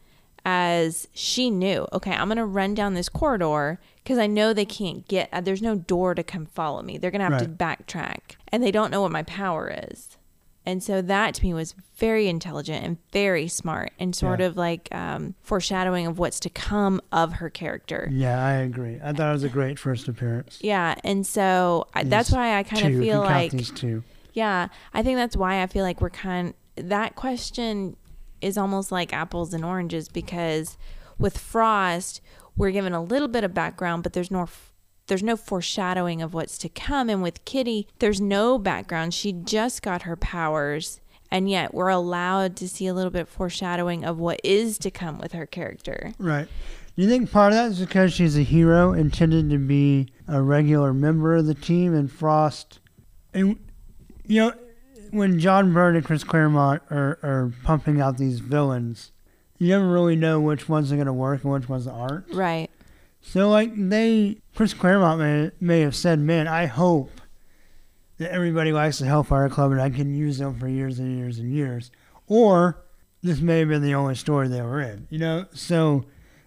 [SPEAKER 1] as she knew okay i'm gonna run down this corridor because i know they can't get uh, there's no door to come follow me they're gonna have to backtrack and they don't know what my power is and so that to me was very intelligent and very smart and sort
[SPEAKER 2] Yeah.
[SPEAKER 1] of like um, foreshadowing of what's to come of her character
[SPEAKER 2] yeah, I agree. I thought it was a great first appearance.
[SPEAKER 1] yeah and so I, that's
[SPEAKER 2] These
[SPEAKER 1] why i kind
[SPEAKER 2] two,
[SPEAKER 1] of
[SPEAKER 2] if you
[SPEAKER 1] feel
[SPEAKER 2] count
[SPEAKER 1] like
[SPEAKER 2] these two.
[SPEAKER 1] yeah, I think that's why I feel like we're kind that question is almost like apples and oranges because with Frost, we're given a little bit of background, but there's no there's no foreshadowing of what's to come and with Kitty, there's no background. She just got her powers and yet we're allowed to see a little bit of foreshadowing of what is to come with her character.
[SPEAKER 2] Right. Do you think part of that is because she's a hero intended to be a regular member of the team and Frost? And, you know, when John Byrne and Chris Claremont are, are pumping out these villains, you never really know which ones are going to work and which ones aren't.
[SPEAKER 1] Right.
[SPEAKER 2] So, like, they, Chris Claremont may, may have said, man, I hope that everybody likes the Hellfire Club and I can use them for years and years and years. Or this may have been the only story they were in, you know? So,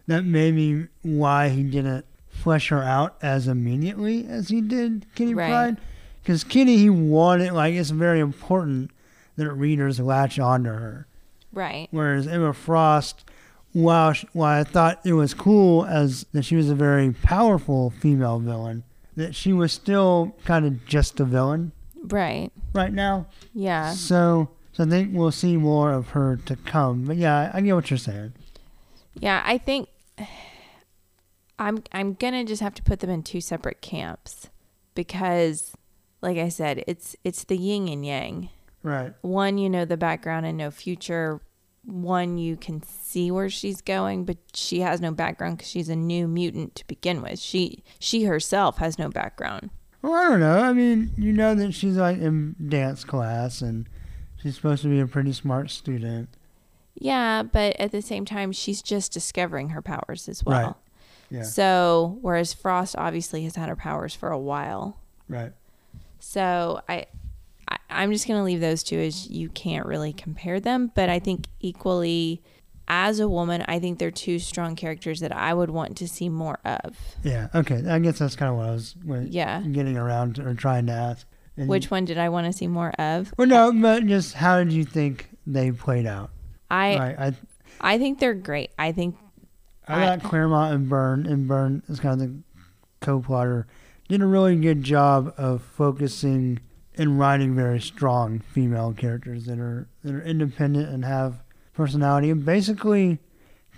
[SPEAKER 2] that may be why he didn't flesh her out as immediately as he did Kitty
[SPEAKER 1] Right.
[SPEAKER 2] Pride. Because Kitty, he wanted, like, it's very important that readers latch onto her.
[SPEAKER 1] Right.
[SPEAKER 2] Whereas Emma Frost, while, sh while I thought it was cool as that she was a very powerful female villain, that she was still kind of just a villain
[SPEAKER 1] Right.
[SPEAKER 2] right now.
[SPEAKER 1] Yeah.
[SPEAKER 2] So, so I think we'll see more of her to come. But yeah, I, I get what you're saying.
[SPEAKER 1] Yeah, I think I'm I'm going to just have to put them in two separate camps because like I said, it's it's the yin and yang.
[SPEAKER 2] Right.
[SPEAKER 1] One you know the background and no future. One you can see where she's going, but she has no background cuz she's a new mutant to begin with. She she herself has no background.
[SPEAKER 2] Well, I don't know. I mean, you know that she's like in dance class and she's supposed to be a pretty smart student.
[SPEAKER 1] Yeah, but at the same time she's just discovering her powers as well.
[SPEAKER 2] Right. Yeah.
[SPEAKER 1] So, whereas Frost obviously has had her powers for a while.
[SPEAKER 2] Right.
[SPEAKER 1] So I, I I'm just gonna leave those two as you can't really compare them, but I think equally as a woman, I think they're two strong characters that I would want to see more of.
[SPEAKER 2] Yeah. Okay. I guess that's kind of what I was what,
[SPEAKER 1] Yeah.
[SPEAKER 2] getting around to, or trying to ask. And-
[SPEAKER 1] Which one did I want to see more of?
[SPEAKER 2] Well, no, but just how did you think they played out?
[SPEAKER 1] I
[SPEAKER 2] right. I
[SPEAKER 1] I think they're great. I think
[SPEAKER 2] I
[SPEAKER 1] I-
[SPEAKER 2] got Claremont and Byrne, and Byrne is kind of the co-plotter. Did a really good job of focusing and writing very strong female characters that are that are independent and have personality, and basically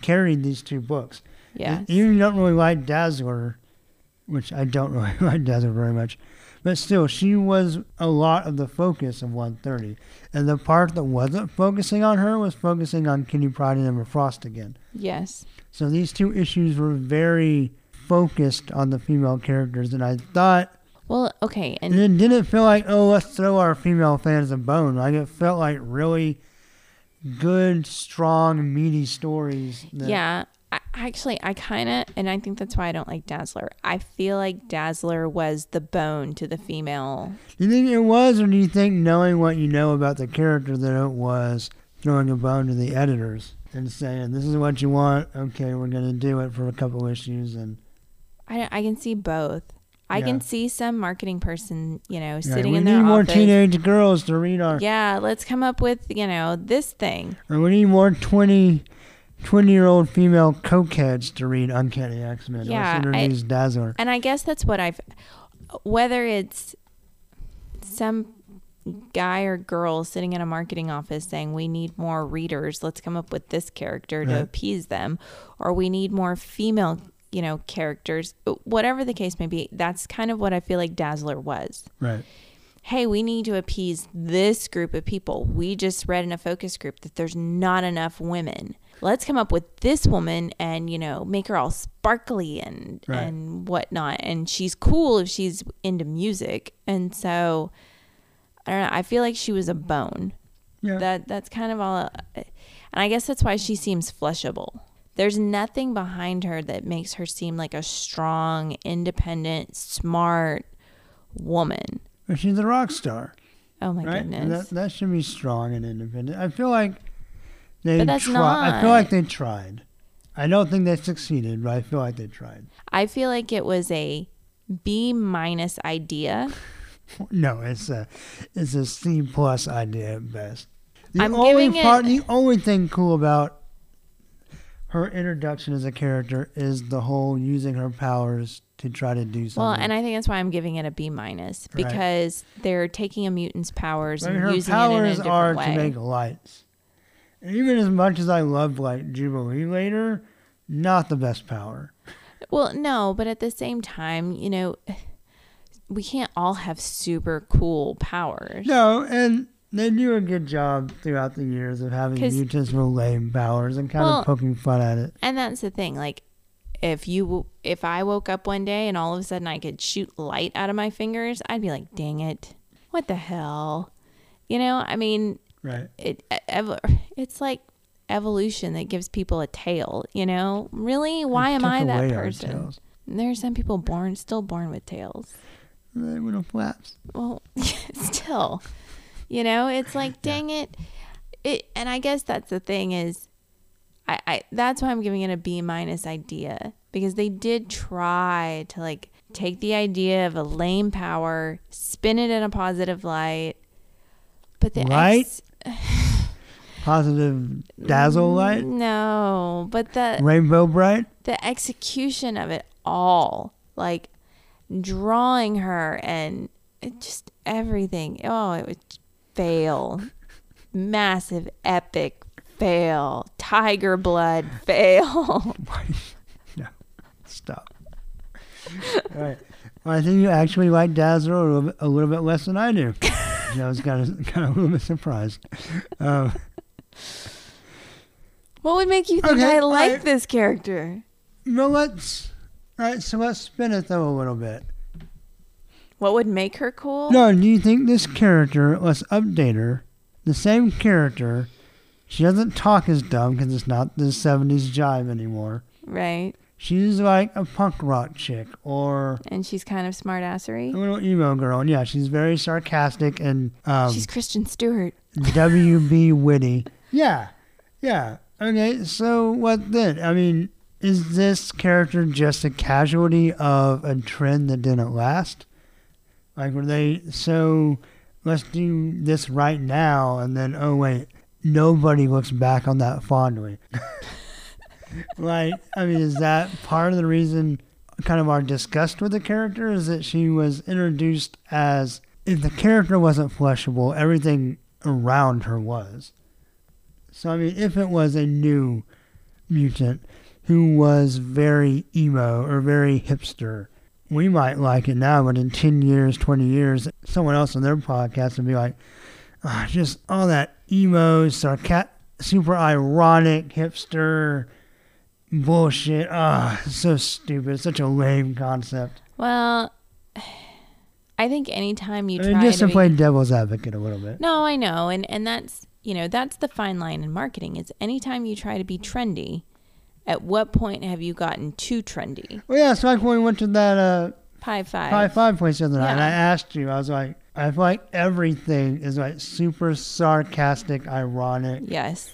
[SPEAKER 2] carried these two books.
[SPEAKER 1] yeah.
[SPEAKER 2] Even if you don't really like Dazzler, which I don't really like Dazzler very much, but still, she was a lot of the focus of 130. And the part that wasn't focusing on her was focusing on Kitty Pride and Emma Frost again.
[SPEAKER 1] Yes.
[SPEAKER 2] So these two issues were very focused on the female characters, and I thought
[SPEAKER 1] Well, okay,
[SPEAKER 2] and
[SPEAKER 1] and
[SPEAKER 2] it didn't feel like oh let's throw our female fans a bone. Like it felt like really good, strong, meaty stories. that-
[SPEAKER 1] yeah. I, actually, I kind of, and I think that's why I don't like Dazzler. I feel like Dazzler was the bone to the female
[SPEAKER 2] Do you think it was, or do you think knowing what you know about the character that it was throwing a bone to the editors and saying this is what you want? Okay, we're gonna do it for a couple issues and.
[SPEAKER 1] I, I can see both. I
[SPEAKER 2] Yeah.
[SPEAKER 1] can see some marketing person, you know,
[SPEAKER 2] yeah,
[SPEAKER 1] sitting
[SPEAKER 2] we
[SPEAKER 1] in
[SPEAKER 2] need
[SPEAKER 1] their
[SPEAKER 2] more
[SPEAKER 1] office.
[SPEAKER 2] teenage girls to read our
[SPEAKER 1] yeah, let's come up with, you know, this thing.
[SPEAKER 2] Or we need more 20, 20 year old female cokeheads to read Uncanny X Men.
[SPEAKER 1] Yeah,
[SPEAKER 2] Let's introduce Dazzler.
[SPEAKER 1] And I guess that's what I've whether it's some guy or girl sitting in a marketing office saying we need more readers, let's come up with this character to
[SPEAKER 2] Right.
[SPEAKER 1] appease them or we need more female, you know, characters. Whatever the case may be, that's kind of what I feel like Dazzler was.
[SPEAKER 2] Right.
[SPEAKER 1] hey, we need to appease this group of people. We just read in a focus group that there's not enough women. Let's come up with this woman and, you know, make her all sparkly and
[SPEAKER 2] Right.
[SPEAKER 1] and whatnot. And she's cool if she's into music. And so I don't know, I feel like she was a bone.
[SPEAKER 2] Yeah.
[SPEAKER 1] That that's kind of all and I guess that's why she seems flushable. There's nothing behind her that makes her seem like a strong, independent, smart woman.
[SPEAKER 2] but she's a rock star,
[SPEAKER 1] Oh my
[SPEAKER 2] right? And
[SPEAKER 1] goodness.
[SPEAKER 2] That, that should be strong and independent. I feel like they
[SPEAKER 1] But that's
[SPEAKER 2] tried. I feel
[SPEAKER 1] not-
[SPEAKER 2] like they tried. I don't think they succeeded, but I feel like they tried.
[SPEAKER 1] I feel like it was a B minus idea.
[SPEAKER 2] No, it's a it's a C plus idea at best. The
[SPEAKER 1] I'm
[SPEAKER 2] only
[SPEAKER 1] giving it-
[SPEAKER 2] part, the only thing cool about her introduction as a character is the whole using her powers to try to do something.
[SPEAKER 1] Well, and I think that's why I'm giving it a B minus
[SPEAKER 2] Right.
[SPEAKER 1] because they're taking a mutant's powers
[SPEAKER 2] I mean,
[SPEAKER 1] and
[SPEAKER 2] her
[SPEAKER 1] using it in a
[SPEAKER 2] powers
[SPEAKER 1] different
[SPEAKER 2] are
[SPEAKER 1] way.
[SPEAKER 2] to make lights. And even as much as I love like Jubilee later, not the best power.
[SPEAKER 1] Well, no, but at the same time, you know, we can't all have super cool powers.
[SPEAKER 2] No, and they do a good job throughout the years of having
[SPEAKER 1] 'Cause-
[SPEAKER 2] mutants with lame powers and kind
[SPEAKER 1] Well-
[SPEAKER 2] of poking fun at it.
[SPEAKER 1] And that's the thing. Like, if you w- if I woke up one day and all of a sudden I could shoot light out of my fingers, I'd be like, "Dang it, what the hell?" You know, I mean,
[SPEAKER 2] Right.
[SPEAKER 1] it e, ev- it's like evolution that gives people a tail you know really why
[SPEAKER 2] It
[SPEAKER 1] am
[SPEAKER 2] took
[SPEAKER 1] i that
[SPEAKER 2] away our
[SPEAKER 1] person
[SPEAKER 2] tails.
[SPEAKER 1] there are some people born still born with tails
[SPEAKER 2] They would have flaps.
[SPEAKER 1] well still you know it's like dang it it and i guess that's the thing is I, I that's why i'm giving it a b minus idea because they did try to like take the idea of a lame power spin it in a positive light but the
[SPEAKER 2] Light?
[SPEAKER 1] ex-
[SPEAKER 2] Positive
[SPEAKER 1] Mm.
[SPEAKER 2] dazzle light,
[SPEAKER 1] No, but the
[SPEAKER 2] rainbow bright.
[SPEAKER 1] the execution of it all, like drawing her and it just everything. Oh, it was fail. Massive epic fail. Tiger blood fail.
[SPEAKER 2] no, stop. All right. Well, I think you actually like Dazzler a little bit, a little bit less than I do. I was kind of, kind of a little bit surprised. Um,
[SPEAKER 1] What would make you think
[SPEAKER 2] Okay,
[SPEAKER 1] I like
[SPEAKER 2] I-
[SPEAKER 1] this character?
[SPEAKER 2] no, let's. All right, so let's spin it though a little bit.
[SPEAKER 1] What would make her cool?
[SPEAKER 2] No, do you think this character, let's update her, the same character, she doesn't talk as dumb because it's not the 70s jive anymore.
[SPEAKER 1] Right.
[SPEAKER 2] She's like a punk rock chick or
[SPEAKER 1] And she's kind of smart
[SPEAKER 2] a
[SPEAKER 1] assery.
[SPEAKER 2] little emo girl. And yeah, she's very sarcastic and um,
[SPEAKER 1] She's Christian Stewart.
[SPEAKER 2] WB witty. Yeah, yeah. Okay, so what then? I mean, is this character just a casualty of a trend that didn't last? Like, were they so, let's do this right now, and then, oh, wait, nobody looks back on that fondly. like, I mean, is that part of the reason, kind of our disgust with the character, is that she was introduced as, if the character wasn't fleshable, everything around her was. So, I mean, if it was a new mutant who was very emo or very hipster, we might like it now, but in 10 years, 20 years, someone else on their podcast would be like, "Ah, just all that emo, sarca- super ironic hipster bullshit. Ah, it's so stupid. It's such a lame concept.
[SPEAKER 1] Well, I think anytime you
[SPEAKER 2] I
[SPEAKER 1] try
[SPEAKER 2] mean, just
[SPEAKER 1] to
[SPEAKER 2] to
[SPEAKER 1] be-
[SPEAKER 2] play devil's advocate a little bit.
[SPEAKER 1] No, I know. And and that's, you know, that's the fine line in marketing is anytime you try to be trendy, at what point have you gotten too trendy?
[SPEAKER 2] Well, yeah, it's like when we went to that uh,
[SPEAKER 1] Pie five.
[SPEAKER 2] High Five place the other night, and
[SPEAKER 1] Yeah.
[SPEAKER 2] I asked you, I was like, I feel like everything is like super sarcastic, ironic.
[SPEAKER 1] Yes.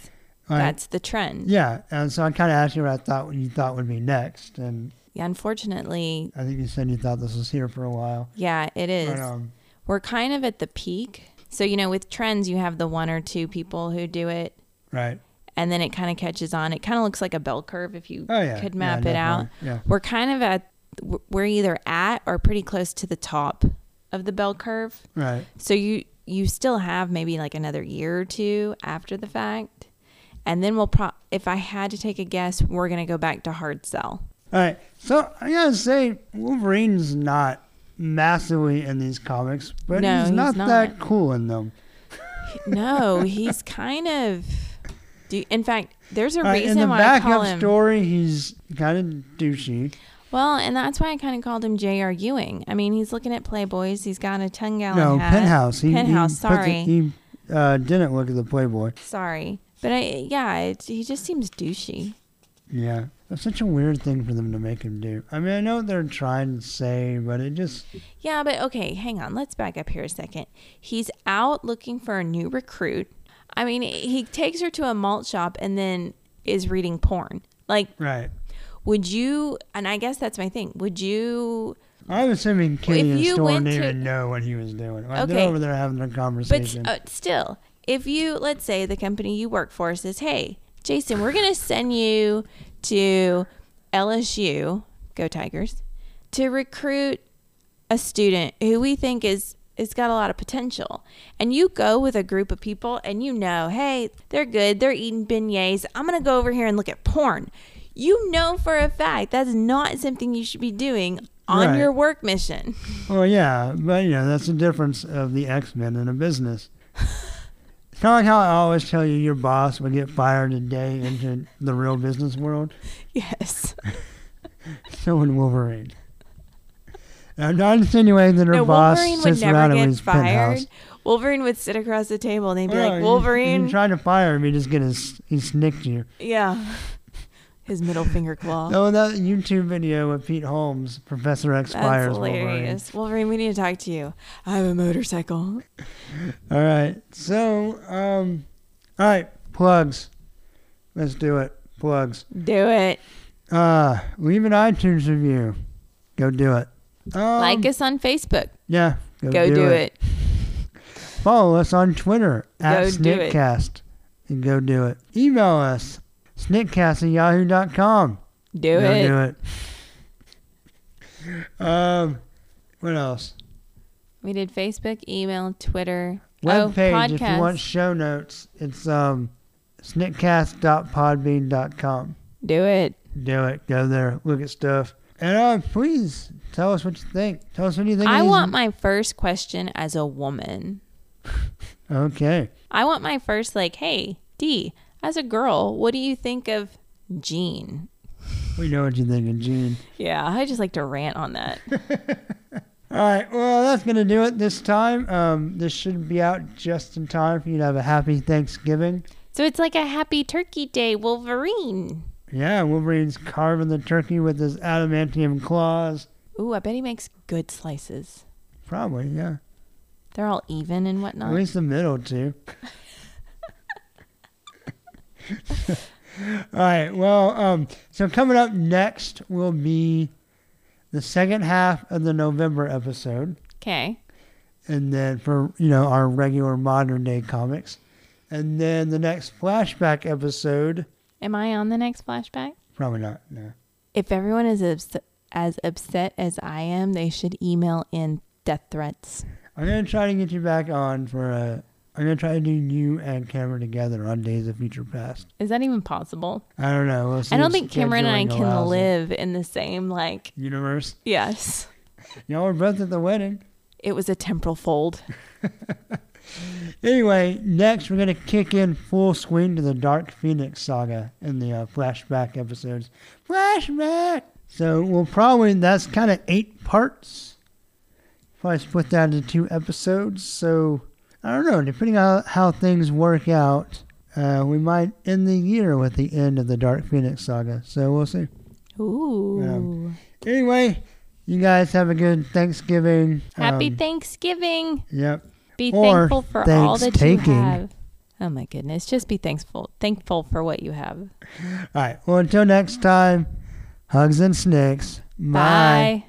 [SPEAKER 2] Like,
[SPEAKER 1] That's the trend.
[SPEAKER 2] yeah, and so I kind of asked you what I thought what you thought would be next, and
[SPEAKER 1] Yeah, unfortunately,
[SPEAKER 2] I think you said you thought this was here for a while.
[SPEAKER 1] yeah, it
[SPEAKER 2] But,
[SPEAKER 1] is.
[SPEAKER 2] um,
[SPEAKER 1] We're kind of at the peak. So, you know, with trends you have the one or two people who do it
[SPEAKER 2] right.
[SPEAKER 1] and then it kind of catches on. It kind of looks like a bell curve if you
[SPEAKER 2] Oh yeah.
[SPEAKER 1] could
[SPEAKER 2] Yeah,
[SPEAKER 1] map it
[SPEAKER 2] definitely.
[SPEAKER 1] out.
[SPEAKER 2] Yeah.
[SPEAKER 1] We're kind of at we're either at or pretty close to the top of the bell curve.
[SPEAKER 2] Right.
[SPEAKER 1] So you you still have maybe like another year or two after the fact, and then we'll pro. If I had to take a guess, we're gonna go back to hard sell.
[SPEAKER 2] All right. So I gotta say, Wolverine's not massively in these comics, but
[SPEAKER 1] No,
[SPEAKER 2] he's,
[SPEAKER 1] he's
[SPEAKER 2] not,
[SPEAKER 1] not.
[SPEAKER 2] that cool in them.
[SPEAKER 1] No, he's kind of. Do in fact, there's a
[SPEAKER 2] All right, Uh, in
[SPEAKER 1] reason
[SPEAKER 2] the
[SPEAKER 1] why I call
[SPEAKER 2] backup
[SPEAKER 1] him.
[SPEAKER 2] story, he's kind of douchey.
[SPEAKER 1] well, and that's why I kind of called him J.R. Ewing. I mean, he's looking at Playboys. He's got a ten gallon
[SPEAKER 2] No,
[SPEAKER 1] hat.
[SPEAKER 2] penthouse. He,
[SPEAKER 1] Penthouse,
[SPEAKER 2] He put the-
[SPEAKER 1] sorry.
[SPEAKER 2] he uh, didn't look at the Playboy.
[SPEAKER 1] Sorry, but I yeah, it, he just seems douchey.
[SPEAKER 2] Yeah, that's such a weird thing for them to make him do. I mean, I know what they're trying to say, but it just
[SPEAKER 1] Yeah, but okay, hang on. Let's back up here a second. He's out looking for a new recruit. I mean, he takes her to a malt shop and then is reading porn. Like,
[SPEAKER 2] right.
[SPEAKER 1] would you? And I guess that's my thing. Would you?
[SPEAKER 2] I'm assuming Kitty and
[SPEAKER 1] you
[SPEAKER 2] Storm
[SPEAKER 1] went
[SPEAKER 2] didn't
[SPEAKER 1] to-
[SPEAKER 2] even know what he was doing. Like,
[SPEAKER 1] Okay.
[SPEAKER 2] They're over there having their
[SPEAKER 1] But
[SPEAKER 2] conversation.
[SPEAKER 1] uh, still, if you, let's say the company you work for says, hey, Jason, we're going to send you to LSU, go Tigers, to recruit a student who we think is has got a lot of potential. And you go with a group of people and you know, hey, they're good, they're eating beignets. I'm going to go over here and look at porn. You know for a fact that's not something you should be doing on
[SPEAKER 2] Right.
[SPEAKER 1] your work mission.
[SPEAKER 2] well, yeah, but you know that's the difference of the X Men and a business. It's kind of like how I always tell you your boss would get fired a day into the real business world.
[SPEAKER 1] Yes.
[SPEAKER 2] So in Wolverine. And I'm not insinuating that her
[SPEAKER 1] no,
[SPEAKER 2] boss
[SPEAKER 1] Wolverine would
[SPEAKER 2] sits around
[SPEAKER 1] never
[SPEAKER 2] in
[SPEAKER 1] get
[SPEAKER 2] his penthouse.
[SPEAKER 1] fired. Wolverine would sit across the table and they'd be
[SPEAKER 2] Well,
[SPEAKER 1] like,
[SPEAKER 2] he-
[SPEAKER 1] Wolverine.
[SPEAKER 2] He tried to fire him. He just get his he snicked you.
[SPEAKER 1] yeah. His middle finger claw.
[SPEAKER 2] Oh, that YouTube video with Pete Holmes, Professor X
[SPEAKER 1] That's
[SPEAKER 2] fires Wolverine.
[SPEAKER 1] hilarious. Wolverine. we need to talk to you. I have a motorcycle.
[SPEAKER 2] All right, so um, all right, plugs. Let's do it. Plugs.
[SPEAKER 1] Do it.
[SPEAKER 2] Uh, leave an iTunes review. Go do it. Um,
[SPEAKER 1] like us on Facebook.
[SPEAKER 2] Yeah. Go,
[SPEAKER 1] Go do, it.
[SPEAKER 2] Follow us on Twitter at
[SPEAKER 1] Go do it.
[SPEAKER 2] Snitcast and go do it. Email us snitcast at yahoo.com.
[SPEAKER 1] Do
[SPEAKER 2] Go
[SPEAKER 1] it.
[SPEAKER 2] do it. Um, What else?
[SPEAKER 1] We did Facebook, email, Twitter,
[SPEAKER 2] Web page.
[SPEAKER 1] oh,
[SPEAKER 2] If
[SPEAKER 1] podcast.
[SPEAKER 2] you want show notes, it's um, snickcast.podbean.com.
[SPEAKER 1] Do it.
[SPEAKER 2] Do it. Go there. Look at stuff. And uh, please tell us what you think. Tell us what you think. of
[SPEAKER 1] I
[SPEAKER 2] these-
[SPEAKER 1] want my first question as a woman.
[SPEAKER 2] Okay.
[SPEAKER 1] I want my first like, hey, D, as a girl, what do you think of Jean?
[SPEAKER 2] We know what you think of Gene.
[SPEAKER 1] Yeah, I just like to rant on that.
[SPEAKER 2] All right. Well, that's going to do it this time. Um, this should be out just in time for you to have a happy Thanksgiving.
[SPEAKER 1] so it's like a happy turkey day Wolverine.
[SPEAKER 2] Yeah, Wolverine's carving the turkey with his adamantium claws.
[SPEAKER 1] Ooh, I bet he makes good slices.
[SPEAKER 2] Probably, yeah.
[SPEAKER 1] They're all even and
[SPEAKER 2] At
[SPEAKER 1] whatnot.
[SPEAKER 2] least the middle two. All right. Well, um, so coming up next will be the second half of the November episode,
[SPEAKER 1] Okay.
[SPEAKER 2] and then for you know our regular modern day comics, and then the next flashback episode.
[SPEAKER 1] Am I on the next flashback?
[SPEAKER 2] Probably not. No.
[SPEAKER 1] If everyone is obs- as upset as I am, they should email in death threats.
[SPEAKER 2] I'm gonna try to get you back on for a. I'm gonna try to do you and Cameron together on Days of Future Past.
[SPEAKER 1] Is that even possible?
[SPEAKER 2] I don't know. We'll see
[SPEAKER 1] I don't
[SPEAKER 2] if
[SPEAKER 1] think Cameron and I
[SPEAKER 2] scheduling
[SPEAKER 1] can
[SPEAKER 2] allows it.
[SPEAKER 1] live in the same, like,
[SPEAKER 2] Universe.
[SPEAKER 1] yes.
[SPEAKER 2] Y'all were both at the wedding.
[SPEAKER 1] It was a temporal fold.
[SPEAKER 2] Anyway, next we're going to kick in full swing to the Dark Phoenix saga in the uh, flashback episodes. Flashback! So we'll probably, that's kind of eight parts. Probably split that into two episodes. So I don't know, depending on how things work out, uh, we might end the year with the end of the Dark Phoenix saga. So we'll see.
[SPEAKER 1] Ooh.
[SPEAKER 2] Um, Anyway, you guys have a good Thanksgiving.
[SPEAKER 1] Happy
[SPEAKER 2] Um,
[SPEAKER 1] Thanksgiving.
[SPEAKER 2] Yep.
[SPEAKER 1] Be
[SPEAKER 2] or
[SPEAKER 1] thankful for all that you
[SPEAKER 2] thanks-taking.
[SPEAKER 1] have. Oh my goodness, just be thankful. Thankful for what you have.
[SPEAKER 2] All right. Well, until next time, hugs and snakes.
[SPEAKER 1] Bye.